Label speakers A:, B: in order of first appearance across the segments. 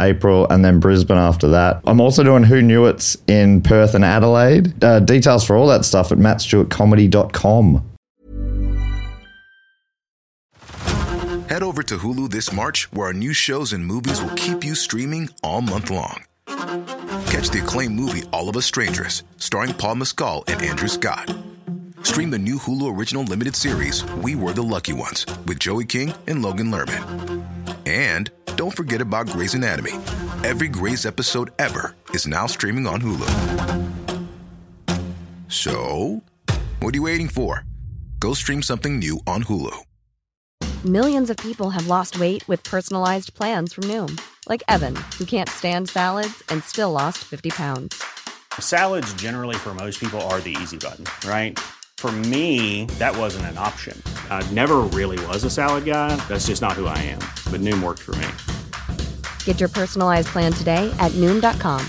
A: April, and then Brisbane after that. I'm also doing Who Knew It's in Perth and Adelaide. Uh, details for all that stuff at mattstewartcomedy.com.
B: Head over to Hulu this March, where our new shows and movies will keep you streaming all month long. Catch the acclaimed movie All of Us Strangers, starring Paul Mescal and Andrew Scott. Stream the new Hulu original limited series We Were the Lucky Ones with Joey King and Logan Lerman. And don't forget about Grey's Anatomy. Every Grey's episode ever is now streaming on Hulu. So, what are you waiting for? Go stream something new on Hulu.
C: Millions of people have lost weight with personalized plans from Noom, like Evan, who can't stand salads and still lost 50 pounds.
D: Salads, generally, for most people, are the easy button, right? For me, that wasn't an option. I never really was a salad guy. That's just not who I am. But Noom worked for me.
C: Get your personalized plan today at Noom.com.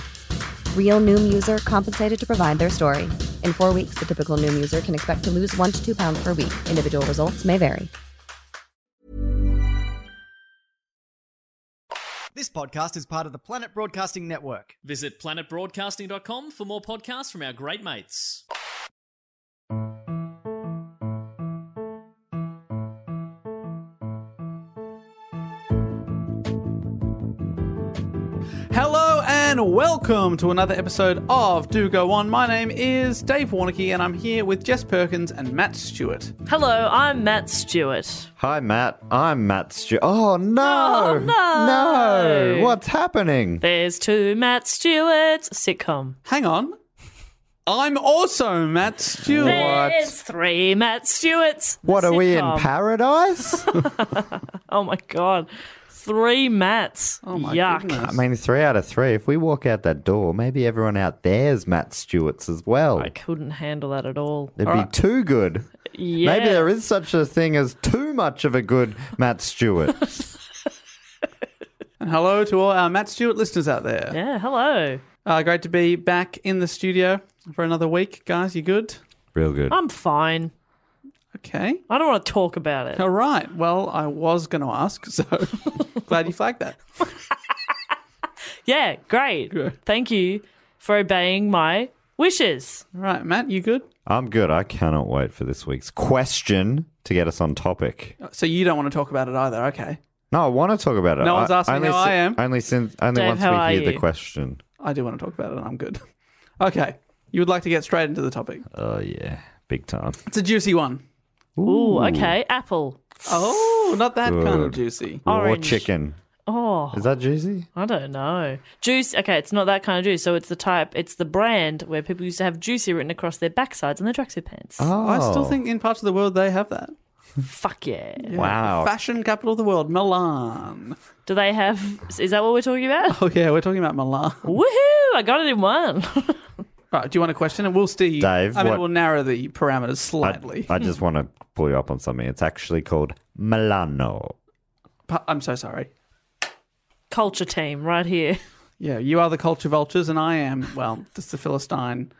C: Real Noom user compensated to provide their story. In four weeks, the typical Noom user can expect to lose one to two pounds per week. Individual results may vary.
E: This podcast is part of the Planet Broadcasting Network.
F: Visit planetbroadcasting.com for more podcasts from our great mates.
G: Hello and welcome to another episode of Do Go On. My name is Dave Warnicky and I'm here with Jess Perkins and Matt Stewart.
H: Hello, I'm Matt Stewart.
A: Hi, Matt. I'm Matt Stewart. Oh,
H: Oh,
A: no.
H: no.
A: No. What's happening?
H: There's two Matt Stewarts. Sitcom.
G: Hang on. I'm also Matt Stewart.
H: There's three Matt Stewarts.
A: What are we in
H: Sitcom.
A: paradise?
H: Oh my god. Three Matts.
G: Oh my
H: Yuck.
G: goodness.
A: I mean, three out of three. If we walk out that door, maybe everyone out there's Matt Stewart's as well.
H: I couldn't handle that at all.
A: It'd be too good.
H: Yeah.
A: Maybe there is such a thing as too much of a good Matt Stewart.
G: And hello to all our Matt Stewart listeners out there.
H: Yeah, hello.
G: Uh, great to be back in the studio for another week, guys. You good?
A: Real good.
H: I'm fine.
G: Okay.
H: I don't want to talk about it.
G: All right. Well, I was going to ask, so glad you flagged that.
H: Yeah, great. Thank you for obeying my wishes.
G: All right, Matt, you good?
A: I'm good. I cannot wait for this week's question to get us on topic.
G: So you don't want to talk about it either. Okay.
A: No, I want to talk about it.
G: No one's
A: I-
G: asking
A: only
G: how I am.
A: Only since only
H: Dave,
A: once
H: how are
A: we hear
H: you?
A: the question.
G: I do want to talk about it, and I'm good. Okay. You would like to get straight into the topic.
A: Oh yeah, big time.
G: It's a juicy one.
H: Ooh, okay. Apple.
G: Oh, not that kind of
A: Good.
G: juicy.
A: Raw
H: Orange.
A: chicken.
H: Oh,
A: Is that juicy?
H: I don't know. Juice. Okay, it's not that kind of juice. So it's the type, it's the brand where people used to have juicy written across their backsides on their tracksuit pants.
A: Oh,
G: I still think in parts of the world they have that.
H: Fuck yeah.
A: Wow.
G: Fashion capital of the world, Milan.
H: Do they have. Is that what we're talking about?
G: Oh, yeah, we're talking about Milan. All
H: Woohoo! I got it in one.
G: right, do you want a question? And we'll see.
A: Dave,
G: I mean,
A: what-
G: we'll narrow the parameters slightly.
A: I, I just want to pull you up on something. It's actually called Milano.
G: Pa- I'm so sorry.
H: Culture team right here.
G: Yeah, you are the culture vultures, and I am, well, just the Philistine,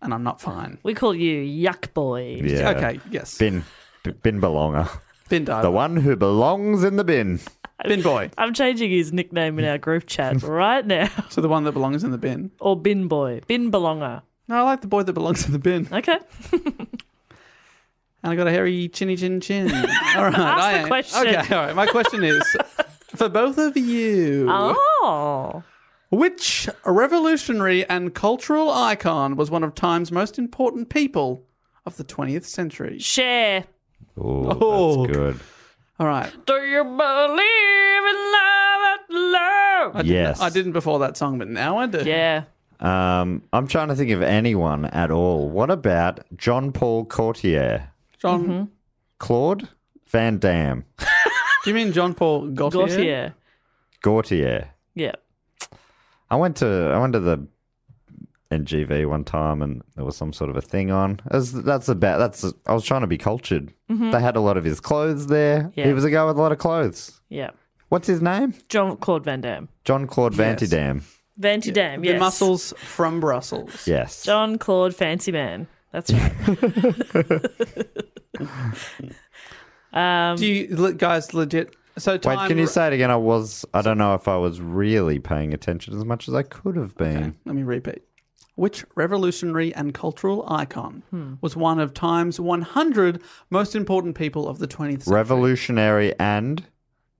G: and I'm not fine.
H: We call you Yuck Boy.
A: Yeah.
G: Okay, Uh, yes. Bin,
A: Bin b- bin belonger.
G: bin
A: The
G: diver.
A: one who belongs in the bin.
G: bin boy.
H: I'm changing his nickname in our group chat right now.
G: So the one that belongs in the bin.
H: Or Bin Boy. Bin Belonger.
G: No, I like the boy that belongs in the bin.
H: Okay.
G: And I got a hairy chinny chin chin. All right. I
H: the
G: am-
H: question.
G: Okay, all right. My question is for both of you.
H: Oh.
G: Which revolutionary and cultural icon was one of time's most important people of the 20th century?
H: Share.
A: Oh,
G: Oh.
A: that's good.
G: All right.
H: Do you believe in love at love?
A: yes.
G: I didn't before that song, but now I do.
H: Yeah.
A: Um, I'm trying to think of anyone at all. What about John Paul Courtier?
G: John,
H: Mm-hmm.
A: Claude Van Damme?
G: do you mean John Paul Gaultier?
H: Gautier.
A: Gaultier.
H: Yeah.
A: I went to I went to the NGV one time, and there was some sort of a thing on. As that's about that's I was trying to be cultured.
G: Mm-hmm.
A: They had a lot of his clothes there.
H: Yeah.
A: He was a guy with a lot of clothes.
H: Yeah.
A: What's his name?
H: John Claude Van Damme.
A: John Claude Van Damme.
H: Vanty Dam, yes.
G: The muscles from Brussels.
A: Yes.
H: John Claude Fancy Man. That's right.
G: Do you le- guys legit? So time,
A: Wait, can you say it again? I was I don't know if I was really paying attention as much as I could have been.
G: Let me repeat. Which revolutionary and cultural icon was one of Time's 100 most important people of the 20th century?
A: Revolutionary and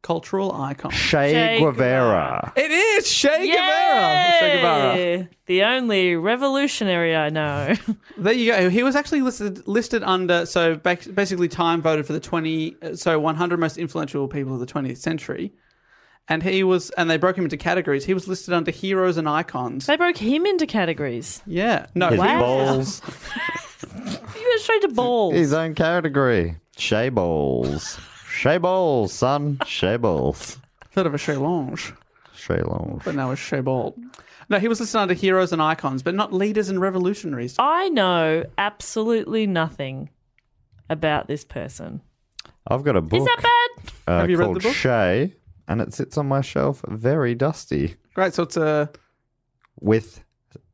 G: cultural icon.
A: Che,
H: Che
A: Guevara.
G: It is Che Guevara. Che Guevara.
H: Yay! The only revolutionary I know.
G: There you go. He was actually listed listed under so ba- basically Time voted for the 20 uh, so 100 most influential people of the 20th century. And he was and they broke him into categories. He was listed under heroes and icons.
H: they broke him into categories.
G: Yeah. No,
A: His
H: Wow.
A: balls.
H: You went straight to balls.
A: His own category. Shea balls. Shea balls, son. Shea balls.
G: thought of a Che Lange,
A: Shea long.
G: but now it's Che Bald. No, he was listed under heroes and icons, but not leaders and revolutionaries.
H: I know absolutely nothing about this person.
A: I've got a book
H: Is that bad?
A: uh,
G: Have you read
A: called
G: the book?
A: Shea, and it sits on my shelf very dusty
G: Great, so it's a
A: with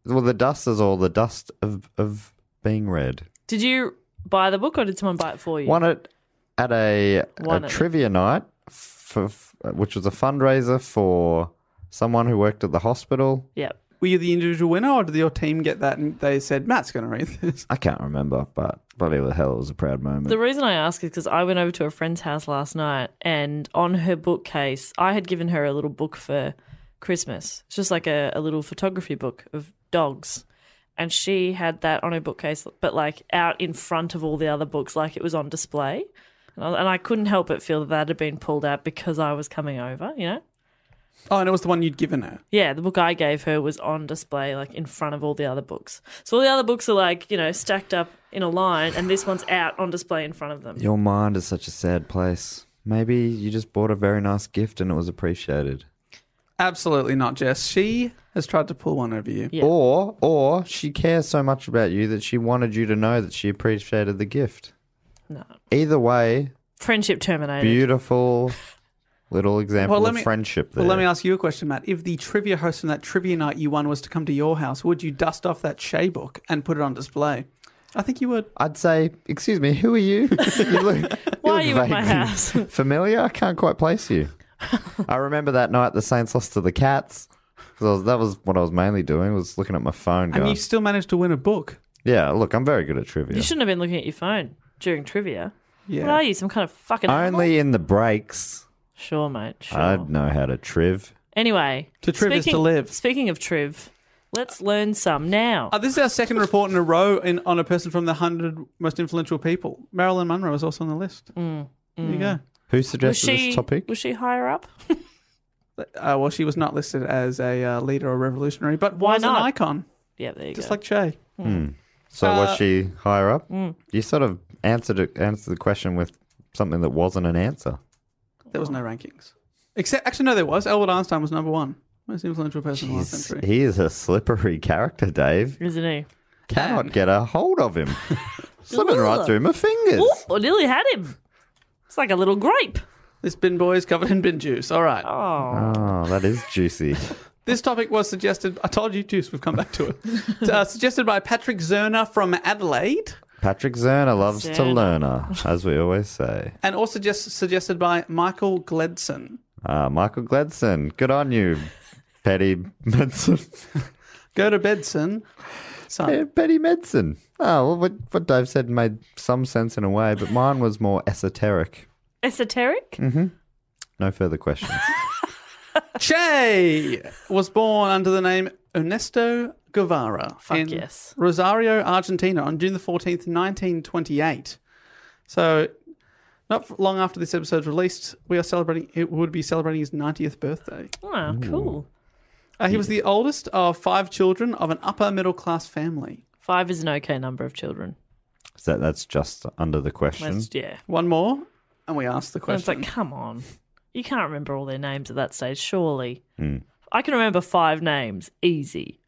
A: well the dust is all the dust of of being read.
H: Did you buy the book or did someone buy it for you?
A: Won it at a,
H: Won
A: a
H: it.
A: trivia night for which was a fundraiser for someone who worked at the hospital.
H: Yep.
G: were you the individual winner or did your team get that and they said Matt's going to read this?
A: I can't remember, but bloody hell, it was a proud moment.
H: The reason I ask is because I went over to a friend's house last night and on her bookcase, I had given her a little book for Christmas. It's just like a, a little photography book of dogs. And she had that on her bookcase, but like out in front of all the other books, like it was on display. And I, and I couldn't help but feel that that had been pulled out because I was coming over, you know?
G: Oh, and it was the one you'd given her.
H: Yeah, the book I gave her was on display, like in front of all the other books. So all the other books are like, you know, stacked up in a line, and this one's out on display in front of them.
A: Your mind is such a sad place. Maybe you just bought a very nice gift and it was appreciated.
G: Absolutely not, Jess. She has tried to pull one over you.
H: Yeah.
A: Or or she cares so much about you that she wanted you to know that she appreciated the gift.
H: No.
A: Either way,
H: Friendship terminated.
A: beautiful little example
G: Well, let
A: of
G: me-
A: friendship there.
G: Well, let me ask you a question, Matt. If the trivia host from that trivia night you won was to come to your house, would you dust off that Shea book and put it on display? I think you would.
A: I'd say, excuse me, who are you? you look,
H: Why
A: look
H: are you at my
A: vaguely
H: house?
A: Familiar? I can't quite place you. I remember that night the Saints lost to the Cats. 'Cause I was- that was what I was mainly doing, was looking at Oh my phone
G: And
A: going,
G: you still managed to win a book.
A: yeah, look, I'm very good at trivia.
H: You shouldn't have been looking at your phone during trivia.
G: Yeah.
H: What are you, some kind of fucking animal?
A: Only in the breaks.
H: Sure, mate. Sure.
A: I'd know how to triv.
H: Anyway,
G: To triv is to live.
H: Speaking of triv, let's learn some now.
G: Uh, this is our second report in a row in, on a person from the 100 most influential people. Marilyn Monroe is also on the list.
H: Mm,
G: There you go.
A: Who
H: was
A: suggested
H: she
A: this topic?
H: was she higher up?
G: Uh, well, she was not listed as a uh, leader or revolutionary, but
H: Why
G: was
H: not?
G: an icon,
H: yeah, there you
G: just
H: go.
G: like Che.
A: so
H: uh,
A: was she higher up?
H: Mm.
A: You sort of answered it, answered the question with something that wasn't an answer.
G: There was no rankings. Except, actually, no, there was. Albert Einstein was number one. Most influential person in the last century.
A: He is a slippery character, Dave.
H: Isn't he?
A: Cannot get a hold of him. Slipping right through my fingers.
H: Oop, I nearly had him. It's like a little grape.
G: This bin boy is covered in bin juice. All right.
A: Oh, that is juicy.
G: This topic was suggested. I told you, juice. We've come back to it. uh, suggested by Patrick Zerner from Adelaide,
A: Patrick Zerner loves to
H: Zerner.
A: learn, as we always say.
G: and also just suggested by Michael Gledson.
A: Ah, Michael Gladson, good on you, Petty Medson.
G: Go to Bedson.
A: Yeah,
G: Son.
A: Betty Medson. Oh, well, what, what Dave said made some sense in a way, but mine was more esoteric.
H: Esoteric?
G: Mm.
A: No further questions.
G: Che was born under the name Ernesto Guevara in
H: yes.
G: Rosario, Argentina, on June the fourteenth, nineteen twenty-eight. So, not f- long after this episode's released, we are celebrating. It would be celebrating his ninetieth birthday.
H: Oh, cool.
G: Uh, he was the oldest of five children of an upper middle class family.
H: Five is an okay number of children.
A: so that's just under the question.
H: That's, yeah.
G: One more, and we asked the
H: And it's
G: question. Mm.
H: like, come on. You can't remember all their names at that stage, surely. I can remember five names. Easy.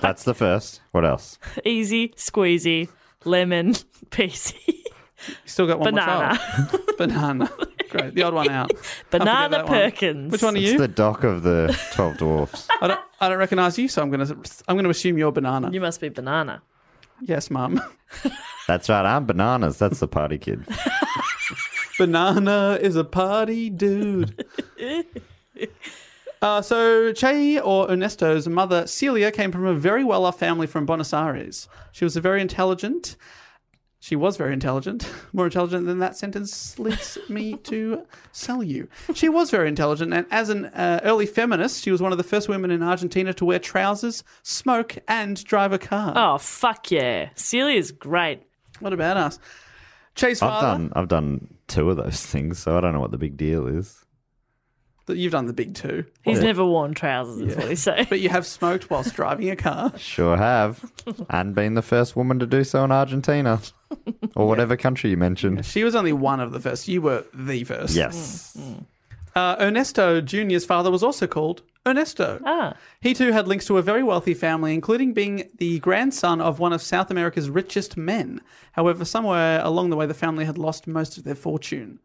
A: That's the first. What else?
H: Easy, squeezy, lemon, peasy.
G: Still got one
H: Banana.
G: more child. Banana. Great. The odd one out. Can't forget
H: Banana
G: that one.
H: Perkins.
G: Which one are
A: It's
G: you?
A: the dock of the Twelve Dwarfs.
G: I don't, I don't recognize you, so I'm going to I'm going to assume you're banana.
H: You must be banana.
G: Yes, mum.
A: That's right. I'm bananas. That's the party kid.
G: banana is a party dude. Uh, so Che or Ernesto's mother Celia came from a very well-off family from Buenos Aires. She was a very intelligent. She was very intelligent, more intelligent than that sentence leads me to sell you. She was very intelligent, and as an uh, early feminist, she was one of the first women in Argentina to wear trousers, smoke, and drive a car.
H: Oh, fuck yeah. Celia's great.
G: What about us? Che's
A: I've
G: father.
A: done. I've done two of those things, so I don't know what the big deal is.
G: You've done the big two,
H: He's never worn trousers, is what he's saying.
G: but you have smoked whilst driving a car.
A: Sure have, and been the first woman to do so in Argentina or whatever country you mentioned.
G: She was only one of the first. You were the first.
A: Yes.
G: Uh, Ernesto Jr.'s father was also called Ernesto.
H: Ah.
G: He too had links to a very wealthy family, including being the grandson of one of South America's richest men. However, somewhere along the way, the family had lost most of their fortune.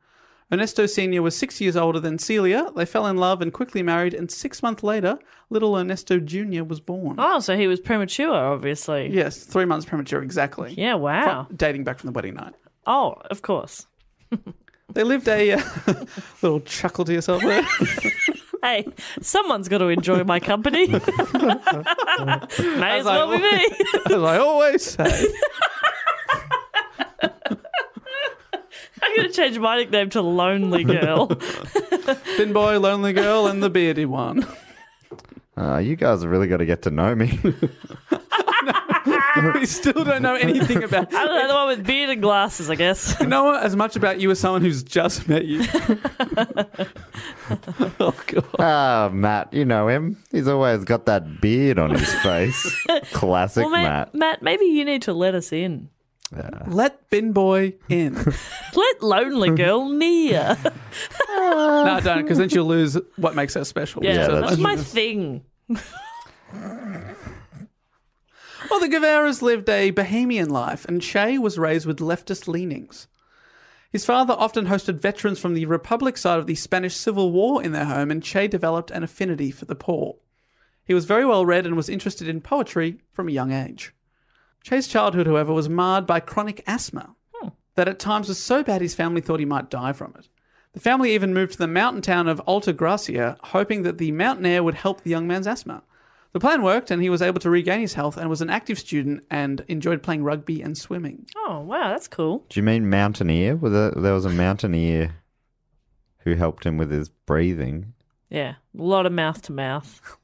G: Ernesto Sr. was six years older than Celia. They fell in love and quickly married, and six months later, little Ernesto Jr. was born.
H: Oh, so he was premature, obviously.
G: Yes, three months premature, exactly.
H: Yeah, wow.
G: Dating back from the wedding night.
H: Oh, of course.
G: They lived a uh, little chuckle to yourself there.
H: Hey, someone's got to enjoy my company. May as
G: I
H: well be me.
G: As I always say.
H: I'm going to change my nickname to Lonely Girl.
G: Thin boy, lonely girl, and the bearded one.
A: Uh, you guys have really got to get to know me.
G: we still don't know anything about.
H: I don't know, the one with beard and glasses, I guess.
G: We know as much about you as someone who's just met you. oh god!
A: Ah, Matt, you know him. He's always got that beard on his face. Classic
H: Ma-
A: Matt.
H: Matt, maybe you need to let us in.
G: Let Bin Boy in.
H: Let Lonely Girl near.
G: no, don't, because then she'll lose what makes her special.
H: Yeah,
A: that's
H: that's my thing.
G: Well, the Guevaras lived a bohemian life, and Che was raised with leftist leanings. His father often hosted veterans from the Republic side of the Spanish Civil War in their home, and Che developed an affinity for the poor. He was very well read and was interested in poetry from a young age. Che's childhood, however, was marred by chronic asthma that at times was so bad his family thought he might die from it. The family even moved to the mountain town of Alta Gracia, hoping that the mountain air would help the young man's asthma. The plan worked, and he was able to regain his health and was an active student and enjoyed playing rugby and swimming.
H: Oh, wow, that's cool.
A: Do you mean mountaineer? Was there, there was a mountaineer who helped him with his breathing.
H: Yeah, a lot of mouth to mouth.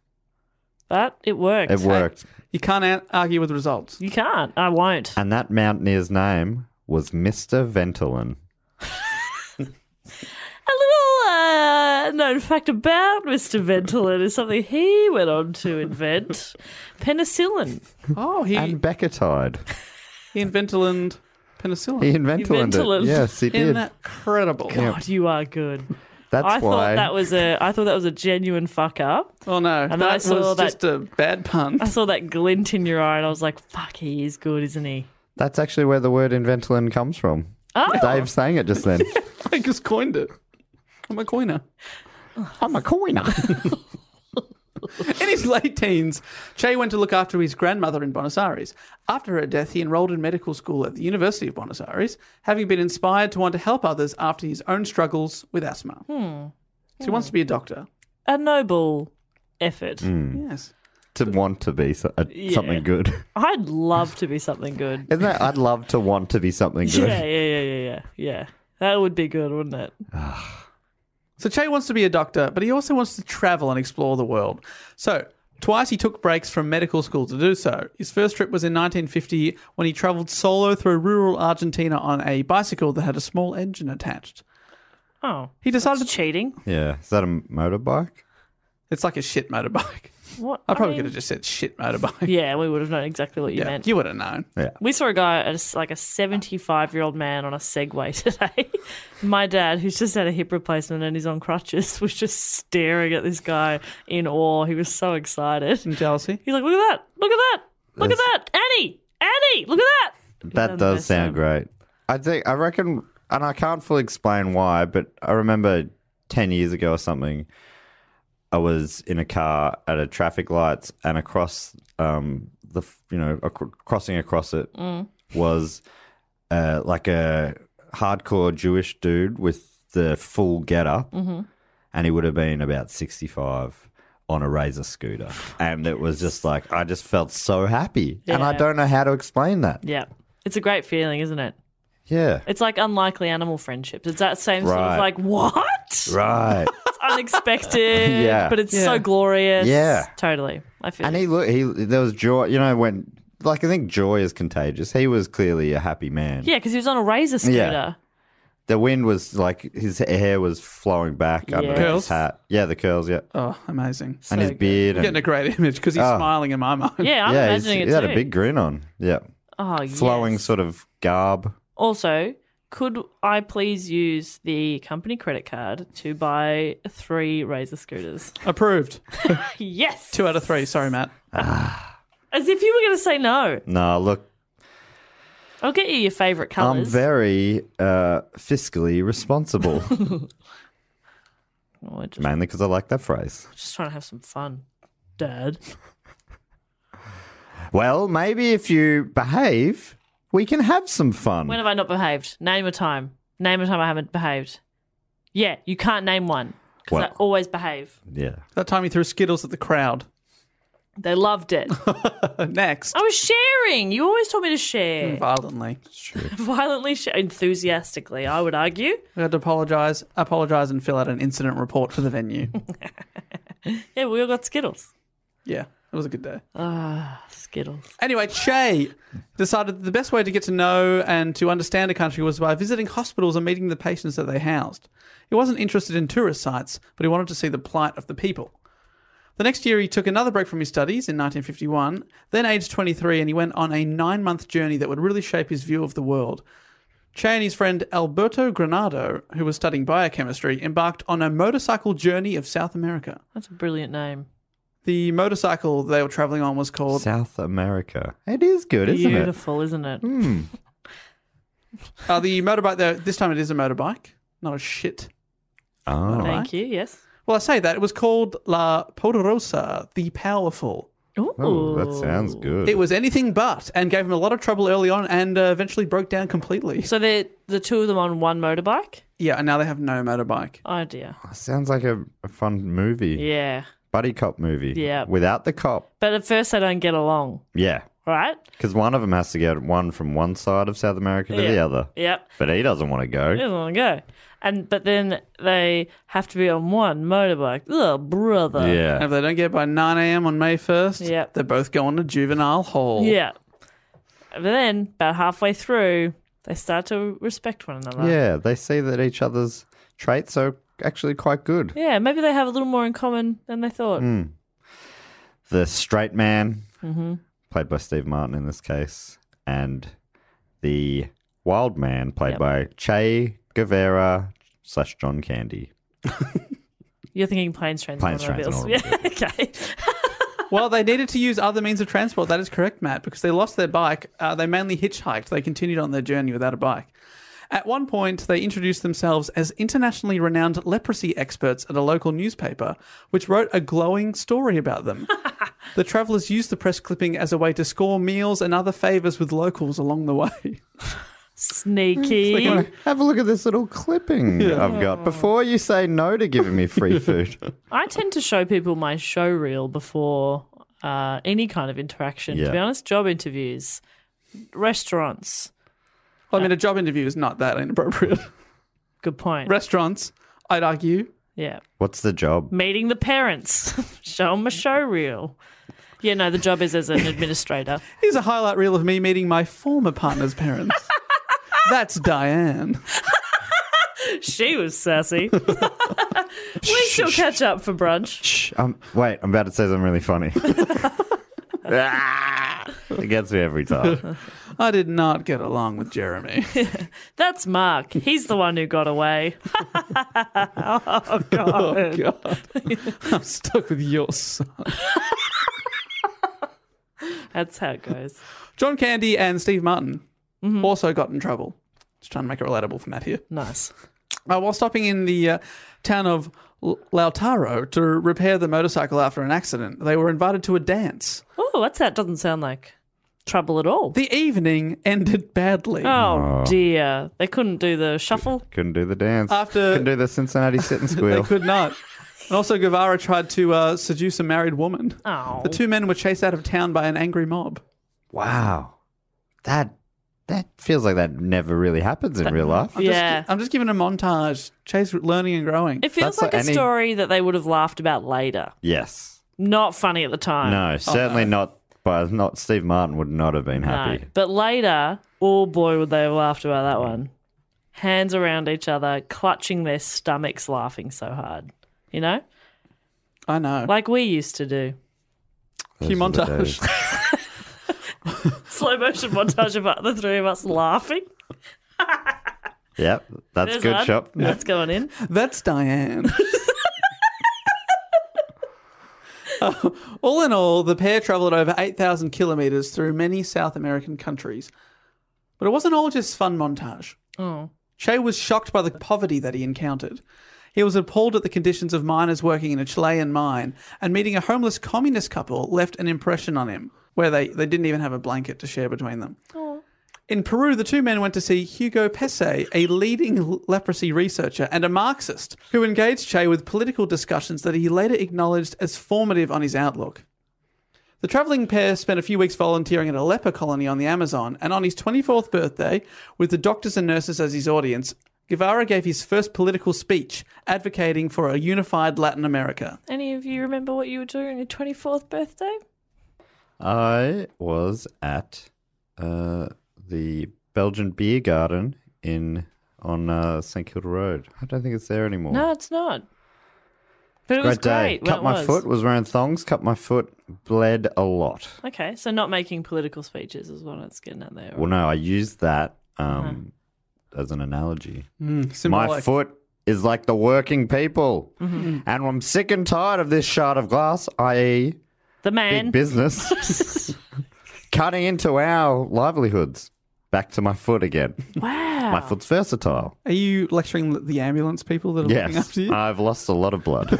H: But it worked.
A: It worked.
G: You can't a- argue with results.
H: You can't. I won't.
A: And that mountaineer's name was Mr. Ventolin.
H: A little uh, known fact about Mr. Ventolin is something he went on to invent penicillin.
G: Oh, he,
A: And Beckertide.
G: he invented penicillin.
A: He inventolined
H: Ventolin.
A: it. Yes, he did.
G: Incredible.
H: God, you are good.
A: That's
H: I
A: why.
H: thought that was a I thought that was a genuine fuck up.
G: Oh no,
H: then
G: that
H: I saw
G: was
H: that-
G: just a bad pun.
H: I saw that glint in your eye and I was like, fuck, he is good, isn't he?
A: That's actually where the word Inventolin comes from.
H: Oh.
A: Dave sang it just then.
G: I just coined it. I'm a coiner.
A: I'm a coiner.
G: In his late teens, Che went to look after his grandmother in Buenos Aires. After her death, he enrolled in medical school at the University of Buenos Aires, having been inspired to want to help others after his own struggles with asthma.
H: Hmm.
G: So he wants to be a doctor.
H: A noble effort.
A: Mm. Hmm.
G: Yes.
A: to want to be so, uh,
H: Yeah.
A: something good.
H: I'd love to be something good.
A: Isn't that? I'd love to want to be something good.
H: Yeah, yeah, yeah, yeah, yeah. Yeah. That would be good, wouldn't it?
G: So Che wants to be a doctor, but he also wants to travel and explore the world. So twice he took breaks from medical school to do so. His first trip was in 1950 when he traveled solo through rural Argentina on a bicycle that had a small engine attached.
H: Oh.
G: He decided
H: That's cheating.
A: Yeah. Is that a motorbike?
G: It's like a shit motorbike.
H: What?
G: I probably
H: mean-
G: could have just said shit motorbike.
H: Yeah, we would have known exactly what you
G: Yeah,
H: meant.
G: you would have known.
H: We saw a guy, at a s like a 75 year old man on a Segway today. My dad, who's just had a hip replacement and is on crutches, was just staring at this guy in awe. He was so excited.
G: Some jealousy.
H: He's like, look at that. Look at that. Look at that. Annie. Annie. Look at that.
A: That does sound great. I think I reckon, and I can't fully explain why, but I remember ten years ago or something. I was in a car at a traffic lights, and across um, the f- you know ac- crossing across it was uh, like a hardcore Jewish dude with the full get up, and he would have been about sixty five. On a razor scooter, and it was just like I just felt so happy, and I
H: Yeah.
A: don't know how to explain that.
H: Yeah. It's a great feeling, isn't it?
A: Yeah,
H: It's like unlikely animal friendships. It's that same sort
A: Right.
H: of like, what?
A: right.
H: It's unexpected,
A: Yeah.
H: but it's
G: Yeah.
H: so glorious.
A: Yeah.
H: Totally. I feel
A: And
H: you.
A: he look he there was joy, you know, when like I think joy is contagious. He was clearly a happy man.
H: Yeah, because he was on a razor scooter.
A: The wind was like his hair was flowing back under
H: Curls?
A: his hat. Yeah, the curls, yeah.
G: Oh, amazing.
A: and his
G: I'm
A: beard and
G: getting a great image because he's smiling in my mind.
H: Yeah, I'm
A: yeah, he's-
H: imagining it
A: he had
H: too.
A: a big grin on. Yeah.
H: oh,
A: Flowing
H: yes.
A: sort of garb.
H: Also, could I please use the company credit card to buy three razor scooters?
G: Approved.
H: Yes.
G: Two out of three. Sorry, Matt.
H: As if you were going to say no.
A: No, look,
H: I'll get you your favorite
A: I'm
H: colors.
A: very uh, fiscally responsible,
H: Oh, we're just,
A: mainly because I like that phrase.
H: just trying to have some fun, Dad.
A: Well, maybe if you behave, we can have some fun.
H: When have I not behaved? Name a time. Name a time I haven't behaved. Yeah, you can't name one because I
A: Well-
H: always behave.
A: yeah.
G: That time he threw Skittles at the crowd.
H: They loved it.
G: Next.
H: I was sharing. You always told me to
A: Hmm.
H: share.
G: Violently.
H: Violently, share. enthusiastically, I would argue.
G: We had to apologise, apologise and fill out an incident report for the venue.
H: Yeah, we all got Skittles.
G: yeah, it was a good day.
H: Skittles.
G: Anyway, Che decided that the best way to get to know and to understand a country was by visiting hospitals and meeting the patients that they housed. He wasn't interested in tourist sites, but he wanted to see the plight of the people. The next year, he took another break from his studies in 1951, then aged 23, and he went on a nine month journey that would really shape his view of the world. Che and his friend Alberto Granado, who was studying biochemistry, embarked on a motorcycle journey of South America.
H: That's a brilliant name.
G: The motorcycle they were traveling on was called
A: South America. It is good, isn't it? Hmm,
H: Beautiful, isn't it?
G: Uh, the motorbike, though, this time it is a motorbike, not a shit.
A: Oh,
H: Thank you. Yes.
G: Well, I say that. It was called La Poderosa, the Powerful.
H: Ooh.
A: Oh, that sounds good.
G: It was anything but, and gave him a lot of trouble early on and uh, eventually broke down completely.
H: So they're the two of them on one motorbike.
G: Yeah, and now they have no motorbike.
H: Oh dear.
A: sounds like a, a fun movie.
H: Yeah.
A: Buddy cop movie.
H: Yeah.
A: Without the cop.
H: But at first they don't get along,
A: Yeah.
H: right?
A: Because one of them has to get one from one side of South America to the
H: Yeah.
A: other.
H: Yep.
A: But he doesn't want to
H: He
A: go.
H: doesn't want to go. And but then they have to be on one motorbike. Oh brother.
G: And
A: Yeah.
G: if they don't get by 9 a.m. on May 1st,
H: Yep.
G: they both go on to juvenile hall.
H: Yeah. But then about halfway through, they start to respect one another.
A: Yeah. They see that each other's traits are actually quite good.
H: Yeah, maybe they have a little more in common than they thought.
A: Hmm. The straight man,
H: Mm-hmm.
A: played by Steve Martin in this case, and the wild man, played
H: Yep.
A: by Che Guevara slash John Candy.
H: You're thinking planes, trains,
A: Planes,
H: and
A: trains, and
H: automobiles. yeah, okay.
G: Well, they needed to use other means of transport. That is correct, Matt, because they lost their bike. Uh, they mainly hitchhiked. They continued on their journey without a bike. At one point, they introduced themselves as internationally renowned leprosy experts at a local newspaper, which wrote a glowing story about them. the travelers used the press clipping as a way to score meals and other favors with locals along the way.
H: Sneaky.
A: Have a look at this little clipping I've got. Before you say no to giving me free food,
H: I tend to show people my show reel before uh, any kind of interaction.
A: Yeah.
H: To be honest, job interviews, restaurants.
G: Well, I mean, a job interview is not that inappropriate.
H: Good point.
G: Restaurants, I'd argue.
H: yeah,
A: what's the job?
H: meeting the parents. show them a show reel. Yeah, no, the job is as an administrator.
G: Here's a highlight reel of me meeting my former partner's parents. That's Diane.
H: she was sassy. we still catch up for brunch.
A: Shh, um, wait, I'm about to say something really funny. Ah, it gets me every time.
G: I did not get along with Jeremy.
H: That's Mark. He's the one who got away. oh
G: Oh,
H: god.
G: God. I'm stuck with your son.
H: That's how it goes.
G: John Candy and Steve Martin
H: Mm-hmm.
G: also got in trouble. Just trying to make it relatable for Matt here.
H: Nice.
G: Uh, while stopping in the uh, town of L- Lautaro to repair the motorcycle after an accident, they were invited to a dance.
H: Oh, what's that? Doesn't sound like trouble at all.
G: The evening ended badly.
H: Oh dear. They couldn't do the shuffle.
A: Couldn't do the dance.
G: After-
A: Couldn't do the Cincinnati sit and
G: They
A: squeal.
G: could not. And also, Guevara tried to uh, seduce a married woman.
H: Oh.
G: The two men were chased out of town by an angry mob.
A: Wow. That that feels like that never really happens in real life.
H: I'm just- Yeah.
G: I'm just giving a montage. Chase learning and growing.
H: It feels
A: That's
H: like a
A: like any-
H: story that they would have laughed about later.
A: Yes.
H: Not funny at the time.
A: No, certainly not but not Steve Martin would not have been
H: No.
A: happy.
H: But later, oh boy, would they have laughed about that one. Hands around each other, clutching their stomachs, laughing so hard. You know?
G: I know.
H: Like we used to do.
A: Those
G: Cue
A: were the
G: montage.
A: days.
H: Slow motion montage of the three of us laughing.
A: yep. That's
H: There's
A: good
H: one.
A: shop.
H: That's going in.
G: That's Diane. Uh, all in all, the pair travelled over 8,000 kilometres through many South American countries. But it wasn't all just fun montage.
H: Oh.
G: Che was shocked by the poverty that he encountered. He was appalled at the conditions of miners working in a Chilean mine, and meeting a homeless communist couple left an impression on him, where they, they didn't even have a blanket to share between them. In Peru, the two men went to see Hugo Pesse, a leading l- leprosy researcher and a Marxist, who engaged Che with political discussions that he later acknowledged as formative on his outlook. The travelling pair spent a few weeks volunteering at a leper colony on the Amazon, and on his 24th birthday, with the doctors and nurses as his audience, Guevara gave his first political speech advocating for a unified Latin America.
H: Any of you remember what you were doing on your 24th birthday?
A: I was at uh, the Belgian Beer Garden in on uh, St Kilda Road. I don't think it's there anymore.
H: No, it's not. But it was
A: Oh. great day.
H: great. when
A: Cut
H: it
A: my
H: was.
A: foot. Was wearing thongs. Cut my foot. Bled a lot.
H: Okay, so not making political speeches is what it's getting at there.
A: Well, no, I used that um,
H: Uh-huh.
A: as an analogy. My
G: Symbolic.
A: foot is like the working people,
H: Mm-hmm.
A: and I'm sick and tired of this shard of glass, i.e.,
H: The
A: big
H: man.
A: business, cutting into our livelihoods. Back to my foot again.
H: wow.
A: My foot's versatile.
G: Are you lecturing the ambulance people that are looking
A: Yes, Uh,
G: after you?
A: I've lost a lot of blood.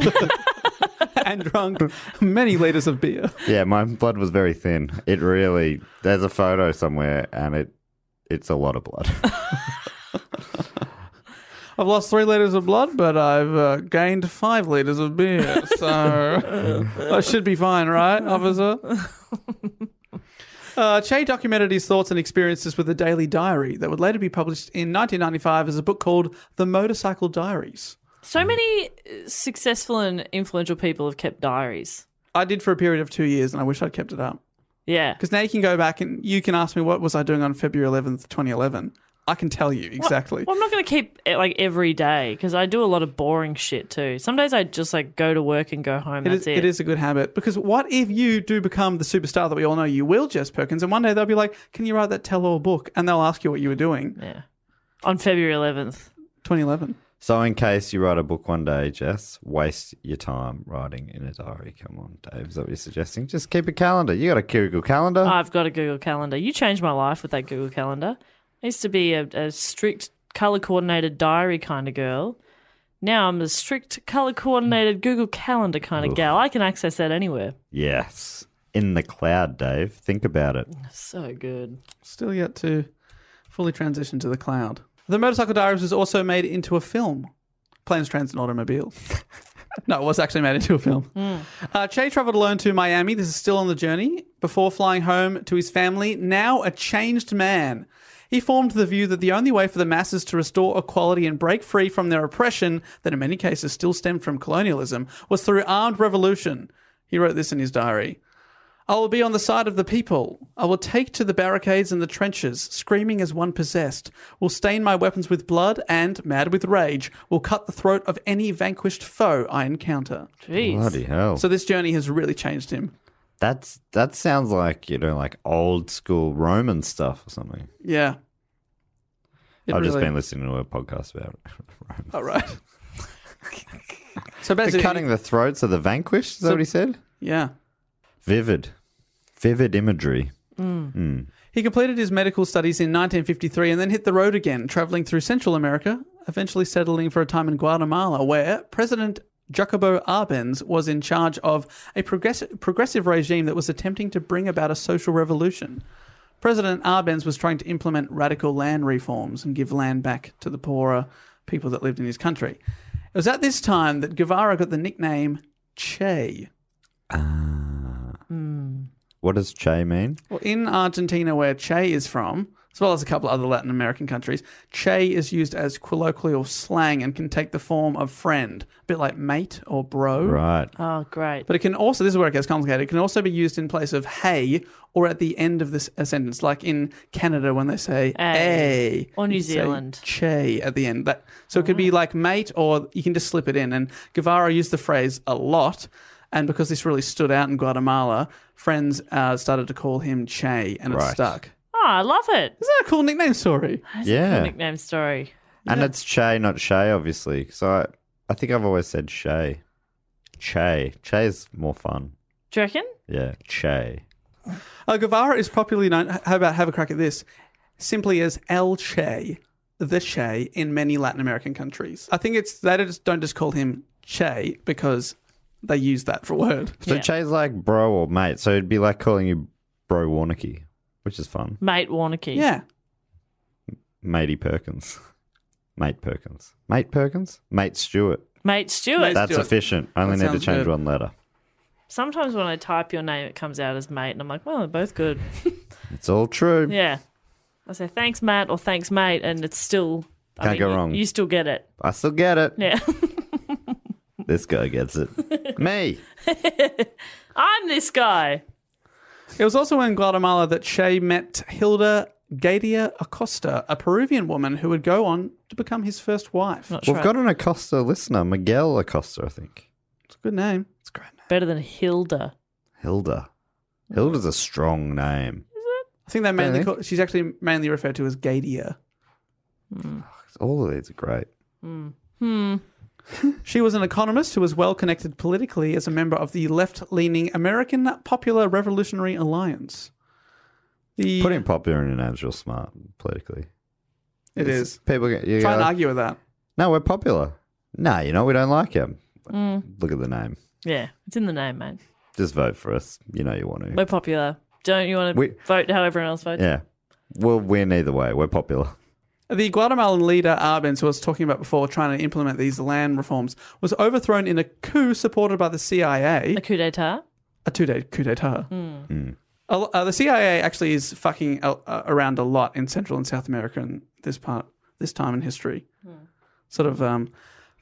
G: and drunk many litres of beer.
A: yeah, my blood was very thin. It really. There's a photo somewhere, and it it's a lot of blood.
G: I've lost three litres of blood, but I've uh, gained five litres of beer, so I should be fine, right, officer? Uh, che documented his thoughts and experiences with a daily diary that would later be published in 1995 as a book called The Motorcycle Diaries.
H: So many uh, successful and influential people have kept diaries.
G: I did for a period of two years, and I wish I'd kept it up.
H: Yeah.
G: Because now you can go back and you can ask me, what was I doing on February 11th, 2011? I can tell you exactly.
H: Well, I'm not going to keep it like every day because I do a lot of boring shit too. Some days I just like go to work and go home.
G: It
H: that's
G: is, it is a good habit because what if you do become the superstar that we all know you will, Jess Perkins, and one day they'll be like, "Can you write that tell-all book?" and they'll ask you what you were doing.
H: Yeah. On February 11th.
G: 2011.
A: So, in case you write a book one day, Jess, waste your time writing in a diary. Come on, Dave, is that what you're suggesting? Just keep a calendar. You got a Google calendar.
G: Uh,
H: I've got a Google Calendar. You changed my life with that Google Calendar. I used to be a, a strict color coordinated diary kind of girl. Now I'm a strict color coordinated Google Calendar kind of gal. I can access that anywhere.
A: yes, in the cloud, Dave. Think about it.
H: So good.
G: Still yet to fully transition to the cloud. The Motorcycle Diaries was also made into a film, Planes, Trains, and Automobiles. no, it was actually made into a film. Uh, che traveled alone to Miami. This is still on the journey before flying home to his family. Now a changed man. He formed the view that the only way for the masses to restore equality and break free from their oppression, that in many cases still stemmed from colonialism, was through armed revolution. He wrote this in his diary. I will be on the side of the people. I will take to the barricades and the trenches, screaming as one possessed, will stain my weapons with blood, and, mad with rage, will cut the throat of any vanquished foe I encounter.
H: Jeez.
A: Bloody hell.
G: So this journey has really changed him.
A: That's that sounds like you know like old school Roman stuff or something.
G: Yeah. It
A: I've just
G: really-
A: been listening to a podcast about Roman.
G: All right. so
A: The
G: basically,
A: cutting the throats of the vanquished. Is that what he said?
G: yeah.
A: Vivid, vivid imagery.
G: He completed his medical studies in 1953 and then hit the road again, traveling through Central America, eventually settling for a time in Guatemala, where President Jacobo Arbenz was in charge of a progressive, progressive regime that was attempting to bring about a social revolution. President Arbenz was trying to implement radical land reforms and give land back to the poorer people that lived in his country. It was at this time that Guevara got the nickname Che.
A: What does Che mean?
G: Well, in Argentina, where Che is from, as well as a couple of other Latin American countries, Che is used as colloquial slang and can take the form of friend, a bit like mate or bro.
A: Right.
H: Oh, great.
G: But it can also, this is where it gets complicated, it can also be used in place of hey or at the end of this a sentence, like in Canada when they say
H: Hey.
G: hey.
H: Or New
G: you say
H: Zealand. Ah.
G: Che at the end. That, so it could be like mate or you can just slip it in. And Guevara used the phrase a lot. And because this really stood out in Guatemala, friends uh, started to call him Che and it
A: Right.
G: stuck.
H: Oh, I love it.
G: Isn't that a cool nickname story?
H: Cool
A: yeah.
H: nickname story.
A: And it's Che, not Shay, obviously. So I, I think I've always said Shay. Che. Che is more fun.
H: Do you reckon?
A: Yeah. Che.
G: Uh, Guevara is popularly known, how about have a crack at this, simply as El Che, the Che, in many Latin American countries. I think it's they just don't just call him Che because they use that for a word.
A: So
H: Yeah.
A: Che's like bro or mate. So it'd be like calling you bro Warnicky, which is fun.
H: Mate Warnicky.
G: Yeah.
A: Matey Perkins. Mate Perkins. Mate Perkins? Mate Stewart.
H: Mate Stewart.
G: Mate-
A: That's
G: Stewart.
A: efficient. I
G: That
A: only need to
G: sounds
A: change
G: good.
A: one letter.
H: Sometimes when I type your name, it comes out as mate, and I'm like, well, they're both good.
A: It's all true.
H: yeah. I say, thanks, Matt, or thanks, mate, and it's still. I
A: Can't go
H: you-
A: wrong.
H: You still get it.
A: I still get it.
H: Yeah.
A: This guy gets it. Me.
H: I'm this guy.
G: It was also in Guatemala that Che met Hilda Gadia Acosta, a Peruvian woman who would go on to become his first wife.
H: Not
A: We've
H: sure.
A: got an Acosta listener, Miguel Acosta, I think.
G: It's a good name.
A: It's a great name.
H: Better than Hilda.
A: Hilda. Hilda's a strong name.
G: I think they mainly
A: Really?
G: call, she's actually mainly referred to as Gadia.
A: All of these are great.
G: She was an economist who was well connected politically as a member of the left leaning American Popular Revolutionary Alliance. The,
A: Putting popular in your name's real smart politically.
G: it is.
A: People get you
G: Try and
A: go,
G: argue with that.
A: No, we're popular. No, you know, we don't like him. Look at the name.
H: Yeah, it's in the name, mate.
A: Just vote for us. You know you want to.
H: We're popular. Don't you want to
A: We-
H: vote how everyone else votes?
A: yeah. We'll win either way. We're popular.
G: The Guatemalan leader Arbenz, who I was talking about before, trying to implement these land reforms, was overthrown in a coup supported by the CIA.
H: A coup d'etat?
G: a two day coup d'etat. A lo- Uh, the CIA actually is fucking a- uh, around a lot in Central and South America in this part, this time in history. Sort of um,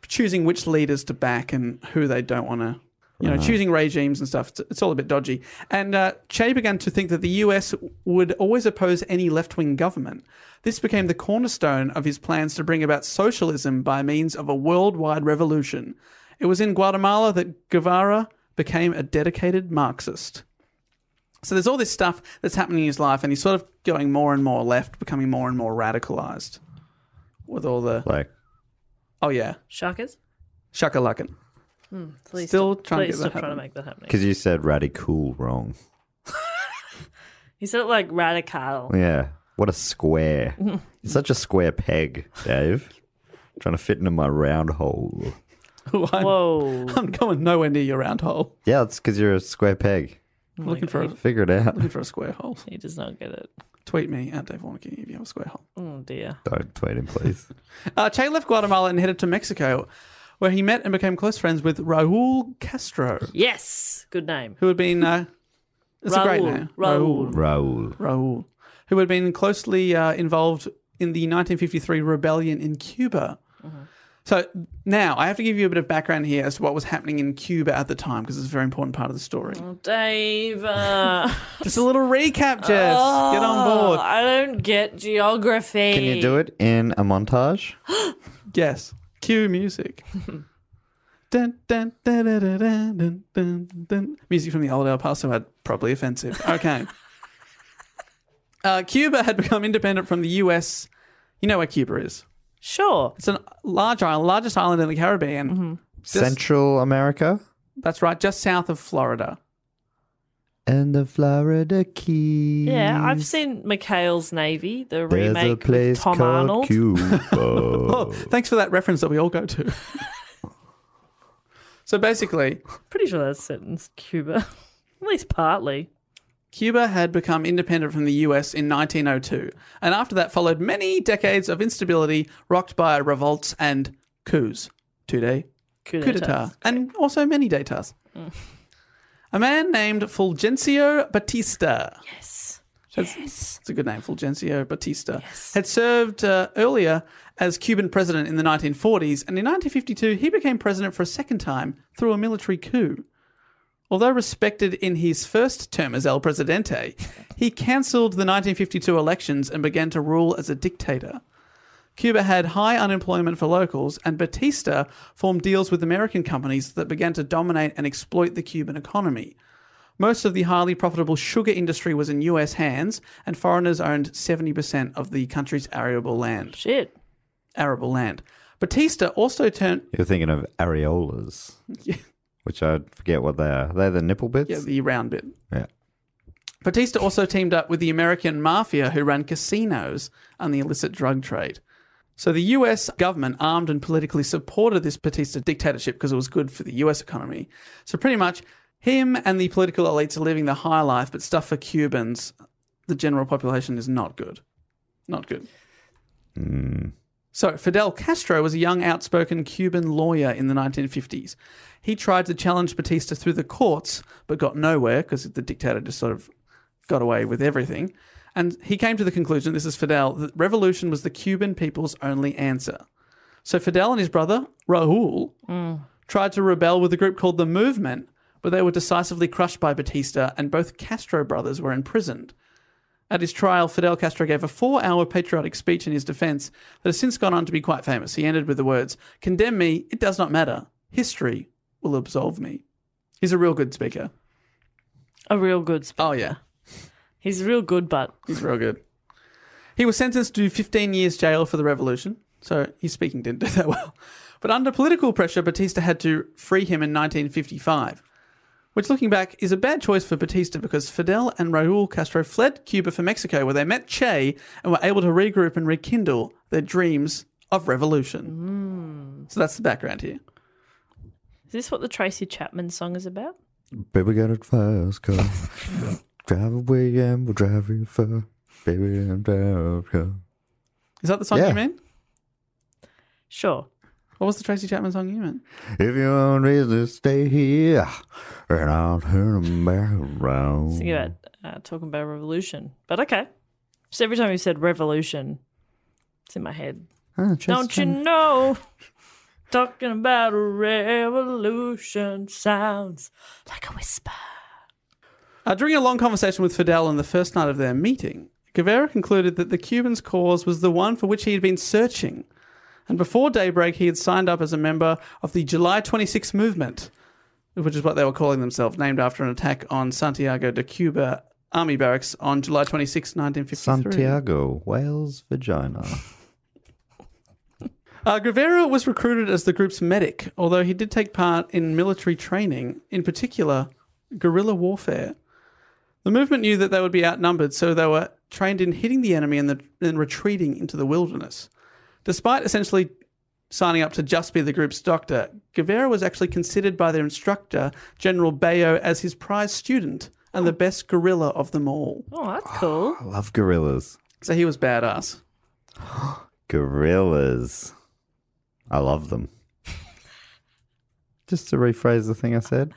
G: choosing which leaders to back and who they don't want to. You know, choosing regimes and stuff. It's, it's all a bit dodgy. And uh, Che began to think that the US would always oppose any left wing government. This became the cornerstone of his plans to bring about socialism by means of a worldwide revolution. It was in Guatemala that Guevara became a dedicated Marxist. So there's all this stuff that's happening in his life, and he's sort of going more and more left, becoming more and more radicalized with all the.
A: Like,
G: Oh, yeah.
H: Sharkers?
G: Shaka luckin.
H: Please
G: Still
H: stop-
G: trying to
H: please
G: get that
H: stop trying to
G: happen.
H: make that happen.
A: because you said radical wrong.
H: He said it like radical.
A: Yeah. What a square. It's such a square peg, Dave. Trying to fit into my round hole.
G: Who I'm,
H: Whoa.
G: I'm going nowhere near your round hole.
A: Yeah, it's because you're a square peg.
G: I'm looking for, a,
A: Figure it out.
G: looking for a square hole.
H: he does not get it.
G: Tweet me at Dave Warnicky if you have a square hole.
H: Oh, dear.
A: Don't tweet him, please.
G: Uh, che left Guatemala and headed to Mexico, where he met and became close friends with Raul Castro,
H: Yes. Good name.
G: who had been. Uh, it's a great
H: Raul.
G: name.
H: Raul.
A: Raul.
G: Raul, who
H: Uh-huh.
G: had been closely uh, involved in the 1953 rebellion in Cuba. So now I have to give you a bit of background here as to what was happening in Cuba at the time because it's a very important part of the story.
H: Oh. Dave, uh,
G: Just a little recap, Jess.
H: Oh.
G: Get on board.
H: I don't get geography.
A: Can you do it in a montage?
G: Yes. Cue music. dun, dun, dun, dun, dun, dun, dun, dun, dun. Music from the old El Paso had probably offensive. Okay. uh, Cuba had become independent from the US. You know where Cuba is.
H: Sure.
G: It's a large island, largest island in the Caribbean.
A: Central America
G: That's right, just south of Florida.
A: and the Florida Keys.
H: Yeah, I've seen McHale's Navy, the
A: There's
H: remake
A: a place
H: with Tom
A: called
H: Arnold.
A: Cuba.
G: Oh, thanks for that reference that we all go to. so basically,
H: Pretty sure that's set in Cuba, at least partly.
G: Cuba had become independent from the US in 1902, and after that followed many decades of instability rocked by revolts and coups. Today,
H: Coup
G: coup Mm. d'etat, and also many d'etats. A man named Fulgencio Batista. Yes. yes. It's a good name, Fulgencio Batista. Had served uh, earlier as Cuban president in the 1940s, and in 1952, he became president for a second time through a military coup. Although respected in his first term as El Presidente, he cancelled the 1952 elections and began to rule as a dictator. Cuba had high unemployment for locals, and Batista formed deals with American companies that began to dominate and exploit the Cuban economy. Most of the highly profitable sugar industry was in US hands, and foreigners owned 70% of the country's arable land.
H: Shit.
G: Arable land. Batista also turned
A: You're thinking of areolas, which I forget what they are. They're the nipple bits.
G: yeah, the round bit.
A: Yeah.
G: Batista also teamed up with the American mafia who ran casinos and the illicit drug trade. So the US government armed and politically supported this Batista dictatorship because it was good for the US economy. So pretty much him and the political elites are living the high life, but stuff for Cubans, the general population is not good. Not good. So, Fidel Castro was a young, outspoken Cuban lawyer in the 1950s. He tried to challenge Batista through the courts, but got nowhere because the dictator just sort of got away with everything. And he came to the conclusion this is Fidel that revolution was the Cuban people's only answer. So, Fidel and his brother, Raul, tried to rebel with a group called the Movement, but they were decisively crushed by Batista, and both Castro brothers were imprisoned. At his trial, Fidel Castro gave a four hour patriotic speech in his defense that has since gone on to be quite famous. He ended with the words Condemn me, it does not matter. History will absolve me. He's a real good speaker.
H: A real good. Sp-
G: Oh, yeah.
H: He's real good, but
G: He's real good. He was sentenced to 15 years jail for the revolution, so his speaking didn't do that well. But under political pressure, Batista had to free him in 1955, which, looking back, is a bad choice for Batista because Fidel and Raul Castro fled Cuba for Mexico, where they met Che and were able to regroup and rekindle their dreams of revolution. So that's the background here.
H: is this what the Tracy Chapman song is about?
A: Baby, got a fast car. drive away and we'll drive you far. Baby, I'm drive car.
G: Is that the song
A: Yeah.
G: you meant?
H: Sure.
G: What was the Tracy Chapman song you meant?
A: If you want reason, stay here. And I'll turn 'em back around.
H: Thinking about uh, talking about revolution, but okay. Just every time you said revolution, it's in my head.
A: Ah, just
H: Don't you
A: kinda-
H: know? Talking about a revolution sounds like a whisper.
G: Uh, during a long conversation with Fidel on the first night of their meeting, Guevara concluded that the Cubans' cause was the one for which he had been searching. And before daybreak, he had signed up as a member of the July 26 movement, which is what they were calling themselves, named after an attack on Santiago de Cuba army barracks on July 26, 1953.
A: Santiago, whale's vagina.
G: Uh, Guevara was recruited as the group's medic, although he did take part in military training, in particular, guerrilla warfare. The movement knew that they would be outnumbered, so they were trained in hitting the enemy and then retreating into the wilderness. Despite essentially signing up to just be the group's doctor, Guevara was actually considered by their instructor, General Bayo, as his prize student and the best guerrilla of them all.
H: Oh, that's cool.
A: I love gorillas.
G: So he was badass.
A: Gorillas. I love them. Just to rephrase the thing I said.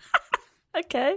H: Okay.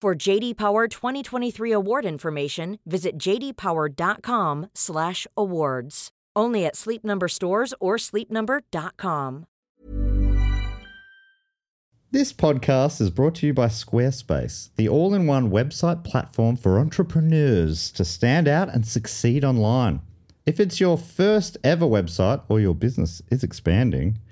I: For JD Power 2023 award information, visit jdpower.com/awards. Only at Sleep Number stores or sleepnumber.com.
A: This podcast is brought to you by Squarespace, the all in one website platform for entrepreneurs to stand out and succeed online. If it's your first ever website or your business is expanding,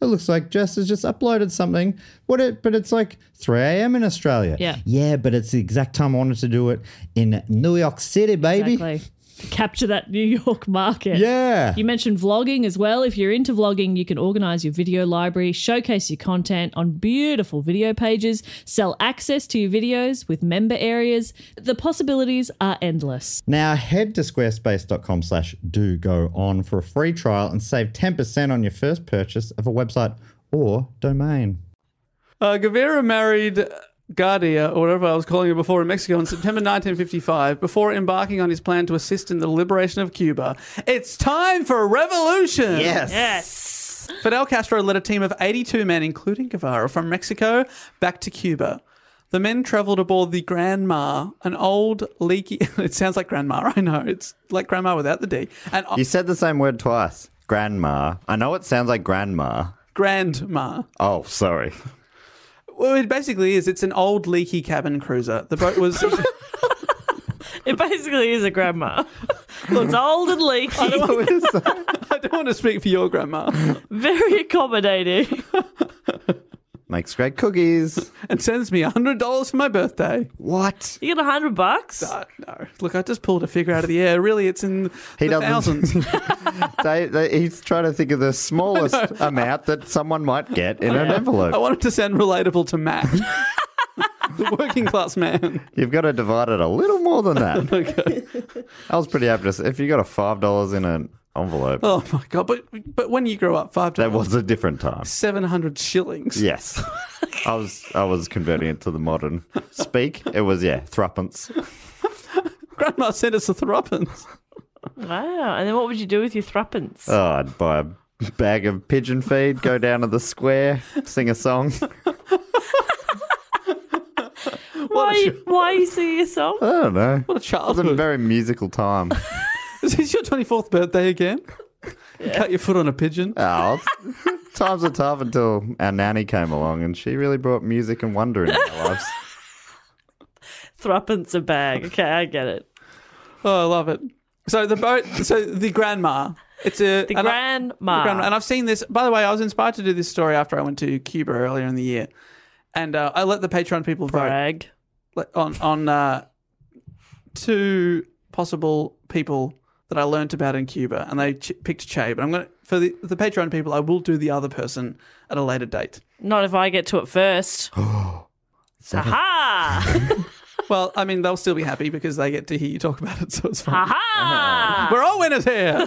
A: it looks like Jess has just uploaded something. What it? But it's like 3 a.m. in Australia.
J: Yeah.
A: Yeah, but it's the exact time I wanted to do it in New York City, baby.
J: Exactly. Capture that New York market.
A: Yeah.
J: You mentioned vlogging as well. If you're into vlogging, you can organize your video library, showcase your content on beautiful video pages, sell access to your videos with member areas. The possibilities are endless.
A: Now head to squarespace.com slash do go on for a free trial and save 10% on your first purchase of a website or domain.
G: Uh, Guevara married Guardia, or whatever I was calling her before, in Mexico in September 1955 before embarking on his plan to assist in the liberation of Cuba. It's time for a revolution!
H: Yes.
G: Fidel Castro led a team of 82 men, including Guevara, from Mexico back to Cuba. The men traveled aboard the Grandma, an old, leaky. It sounds like Grandma, I know. It's like Grandma without the D. And
A: You said the same word twice. Grandma. I know it sounds like grandma.
G: Grandma.
A: Oh, sorry.
G: Well, it basically is. It's an old, leaky cabin cruiser. The boat was.
H: It basically is a grandma. Looks old and leaky.
A: What is that?
G: I don't want to speak for your grandma.
H: Very accommodating.
A: Makes great cookies.
G: and sends me $100 for my birthday.
A: What?
H: You get a hundred bucks.
G: Uh, no. Look, I just pulled a figure out of the air. Really, it's in
A: He
G: the
A: doesn't-
G: thousands.
A: They, they, he's trying to think of the smallest amount that someone might get in an envelope.
G: I wanted to sound relatable to Matt, the working class man.
A: You've got to divide it a little more than that.
G: Okay.
A: I was pretty happy to say, if you got a $5 in an envelope,
G: Oh my god! But but when you grow up, five
A: that
G: dollars,
A: was a different time.
G: seven hundred shillings.
A: Yes. I was I was converting it to the modern speak. It was yeah, threepence.
G: Grandma sent us a threepence.
H: Wow. And then what would you do with your threepence?
G: Uh,
A: Oh, I'd buy a bag of pigeon feed, go down to the square, sing a song.
H: why, are you, why are you singing a song?
A: I don't know. It
G: What a
A: was a
G: childhood!
A: very musical time.
G: Is this your twenty fourth birthday again? You Cut your foot on a pigeon.
A: Oh, it's- times were tough until our nanny came along and she really brought music and wonder into our lives.
H: Threepence a bag. Okay, I get it.
G: Oh, I love it. So the boat. So the grandma. It's a
H: The
G: and I-
H: grandma.
G: The grandma. And I've seen this. By the way, I was inspired to do this story after I went to Cuba earlier in the year, and uh, I let the Patreon people vote
H: Brag.
G: like, on on uh, two possible people that I learnt about in Cuba, and they ch- picked Che. But I'm gonna for the, the Patreon people, I will do the other person at a later date.
H: Not if I get to it first. Aha!
G: Well, I mean, they'll still be happy because they get to hear you talk about it, so it's fine.
H: Aha!
G: We're all winners here. uh,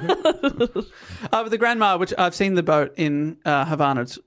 G: but the grandma, which I've seen the boat in uh, Havana, it's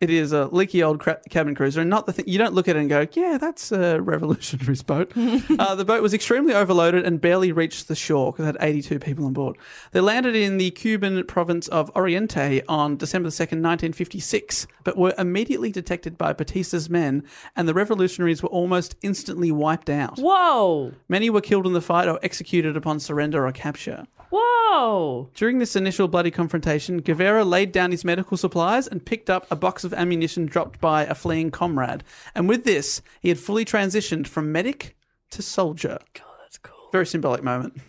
G: It is a leaky old cra- cabin cruiser, and not the thing you don't look at it and go, "Yeah, that's a revolutionary's boat." uh, the boat was extremely overloaded and barely reached the shore because it had 82 people on board. They landed in the Cuban province of Oriente on December the second, 1956, but were immediately detected by Batista's men, and the revolutionaries were almost instantly wiped out.
H: Whoa.
G: Many were killed in the fight or executed upon surrender or capture.
H: Whoa.
G: During this initial bloody confrontation, Guevara laid down his medical supplies and picked up a box of ammunition dropped by a fleeing comrade. And with this, he had fully transitioned from medic to soldier. God, that's cool. Hmm. Very symbolic moment.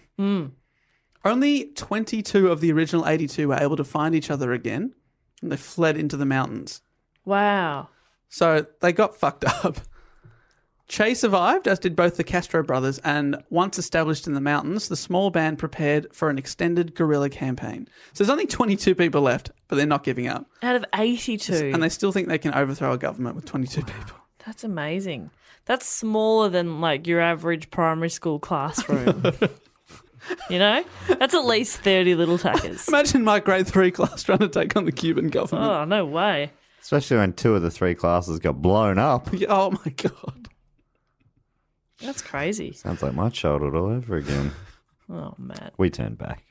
G: Only 22 of the original 82 were able to find each other again, and they fled into the mountains.
H: Wow.
G: So they got fucked up. Che survived, as did both the Castro brothers, and once established in the mountains, the small band prepared for an extended guerrilla campaign. So there's only 22 people left, but they're not giving up.
H: Out of 82.
G: And they still think they can overthrow a government with 22 people.
H: That's amazing. That's smaller than like your average primary school classroom. you know? That's at least 30 little tackers.
G: Imagine my grade three class trying to take on the Cuban government.
H: Oh, no way.
A: Especially when two of the three classes got blown up.
G: Yeah, Oh, my God.
H: That's crazy.
A: Sounds like my childhood all over again.
H: Oh, Matt.
A: We turned back.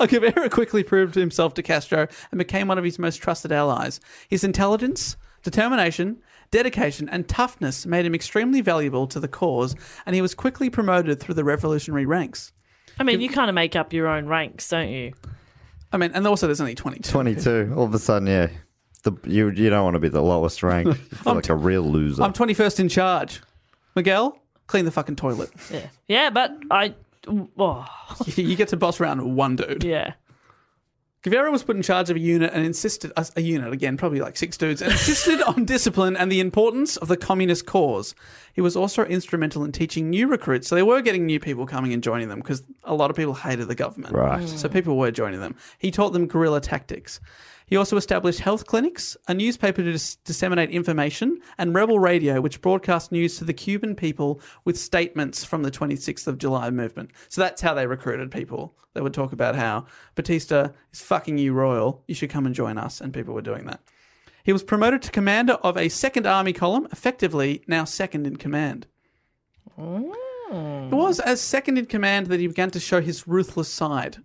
G: Uh, Guevara quickly proved himself to Castro and became one of his most trusted allies. His intelligence, determination, dedication, and toughness made him extremely valuable to the cause, and he was quickly promoted through the revolutionary ranks.
H: I mean, you kind of make up your own ranks, don't you?
G: I mean, and also there's only 22.
A: 22. All of a sudden, yeah. The, you, you don't want to be the lowest rank. You feel like a real loser.
G: I'm 21st in charge. Miguel, clean the fucking toilet.
H: Yeah. Yeah, but I. Oh,
G: you get to boss round one dude.
H: yeah.
G: Guevara was put in charge of a unit and insisted, a, a unit again, probably like six dudes, and insisted on discipline and the importance of the communist cause. He was also instrumental in teaching new recruits. So they were getting new people coming and joining them because a lot of people hated the government.
A: Right.
G: So people were joining them. He taught them guerrilla tactics. He also established health clinics, a newspaper to dis- disseminate information, and Rebel Radio, which broadcast news to the Cuban people with statements from the 26th of July movement. So that's how they recruited people. They would talk about how Batista is fucking you royal, you should come and join us, and people were doing that. He was promoted to commander of a 2nd Army column, effectively now second in command. It was as second in command that he began to show his ruthless side.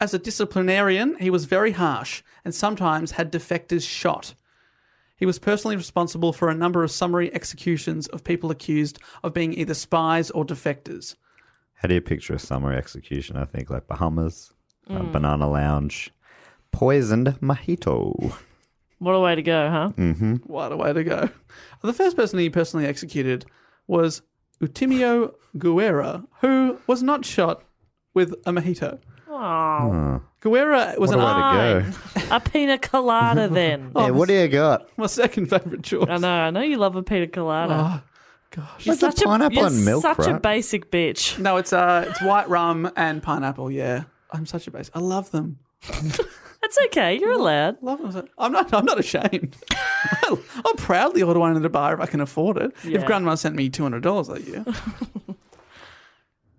G: As a disciplinarian, he was very harsh and sometimes had defectors shot. He was personally responsible for a number of summary executions of people accused of being either spies or defectors.
A: How do you picture a summary execution? I think like Bahamas, uh,
H: Mm.
A: Banana Lounge, Poisoned Mojito.
H: What a way to go, huh?
A: Hmm.
G: What a way to go. The first person he personally executed was Utimio Guerra, who was not shot with a mojito. Guerra was
A: What a
G: an
A: way to go.
H: A pina colada, then.
A: Yeah, what do you got?
G: my second favourite choice.
A: Um,
H: I know, I know you love a pina colada.
A: What's the Oh, pineapple
H: you're
A: and milk,
H: such a
A: right?
H: basic bitch.
G: No, it's uh, it's white rum and pineapple. Yeah, I'm such a base. I love them.
H: That's okay, you're allowed.
G: Love them. so- I'm not. I'm not ashamed. I'll, I'll proudly order one at a bar if I can afford it.
H: Yeah.
G: If Grandma sent me two hundred dollars that year.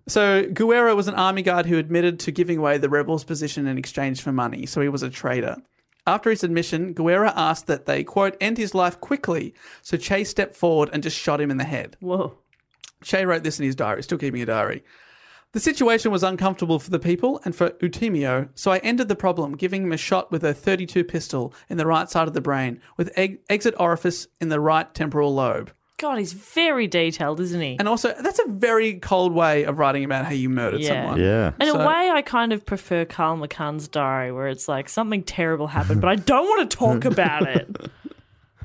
G: so Guerra was an army guard who admitted to giving away the rebels' position in exchange for money. So he was a traitor. After his admission, Guerra asked that they quote end his life quickly. So Che stepped forward and just shot him in the head.
H: Whoa.
G: Shay wrote this in his diary, still keeping a diary. The situation was uncomfortable for the people and for Utimio, so I ended the problem, giving him a shot with a 32 pistol in the right side of the brain, with eg- exit orifice in the right temporal lobe.
H: God, he's very detailed, isn't he?
G: And also, that's a very cold way of writing about how you murdered
H: Yeah.
G: someone.
A: Yeah.
H: In a
G: So-
H: way, I kind of prefer Carl McCann's diary, where it's like something terrible happened, but I don't want to talk about it.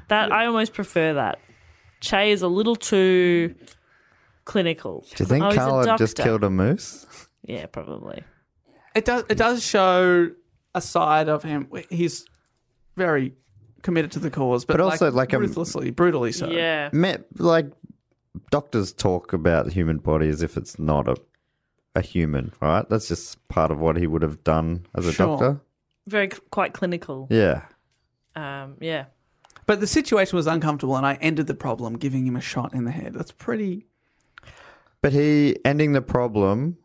H: That I almost prefer that. Che is a little too clinical.
A: Do you think
H: oh, he's a
A: Carl had just
H: doctor.
A: killed a moose?
H: Yeah, probably.
G: It does. It does show a side of him. He's very committed to the cause, but,
A: But also, like, um,
G: ruthlessly, brutally so.
H: Yeah,
A: Me- like doctors talk about human body as if it's not a a human, right? That's just part of what he would have done as a
G: Sure.
A: doctor.
H: very cl- quite clinical.
A: Yeah.
H: Um, yeah,
G: But the situation was uncomfortable, and I ended the problem, giving him a shot in the head. That's pretty
A: But he ending the problem.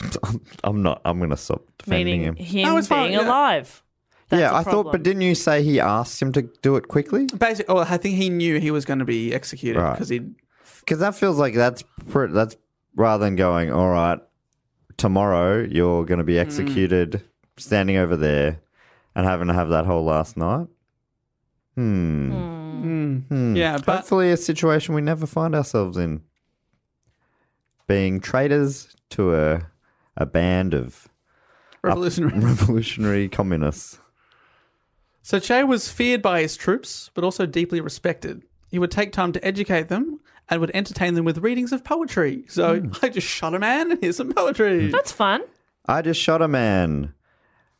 A: I'm, I'm not. I'm going to stop defending
H: meaning
A: him.
H: him
G: No,
H: being
G: it's fine, yeah.
H: alive. That's
A: yeah,
H: a
A: I thought,
H: problem.
A: but didn't you say he asked him to do it quickly?
G: Basically, well, oh, I think he knew he was going to be executed
A: Right.
G: because he.
A: Because that feels like that's pr that's rather than going, all right, tomorrow you're going to
H: Hmm.
A: be executed, standing over there, and having to have that whole last night. Hmm.
G: Yeah, but
A: Hopefully, a situation we never find ourselves in. Being traitors to a a band of
G: revolutionary.
A: revolutionary communists.
G: So Che was feared by his troops, but also deeply respected. He would take time to educate them and would entertain them with readings of poetry. So I just shot a man and here's some poetry.
H: That's fun.
A: I just shot a man.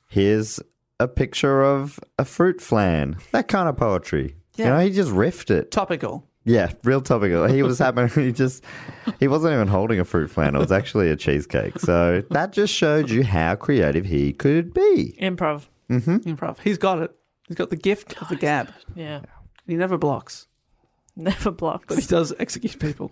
A: Here's a picture of a fruit flan. That kind of poetry. You
G: Yeah.
A: know, he just riffed it.
G: Topical.
A: Yeah, real topical. He was having he just he wasn't even holding a fruit flan. It was actually a cheesecake. So that just showed you how creative he could be.
H: Improv.
G: Improv. He's got it. He's got the gift of the gab.
H: Yeah.
G: He never blocks,
H: Never
G: but he
H: blocks.
G: does execute people.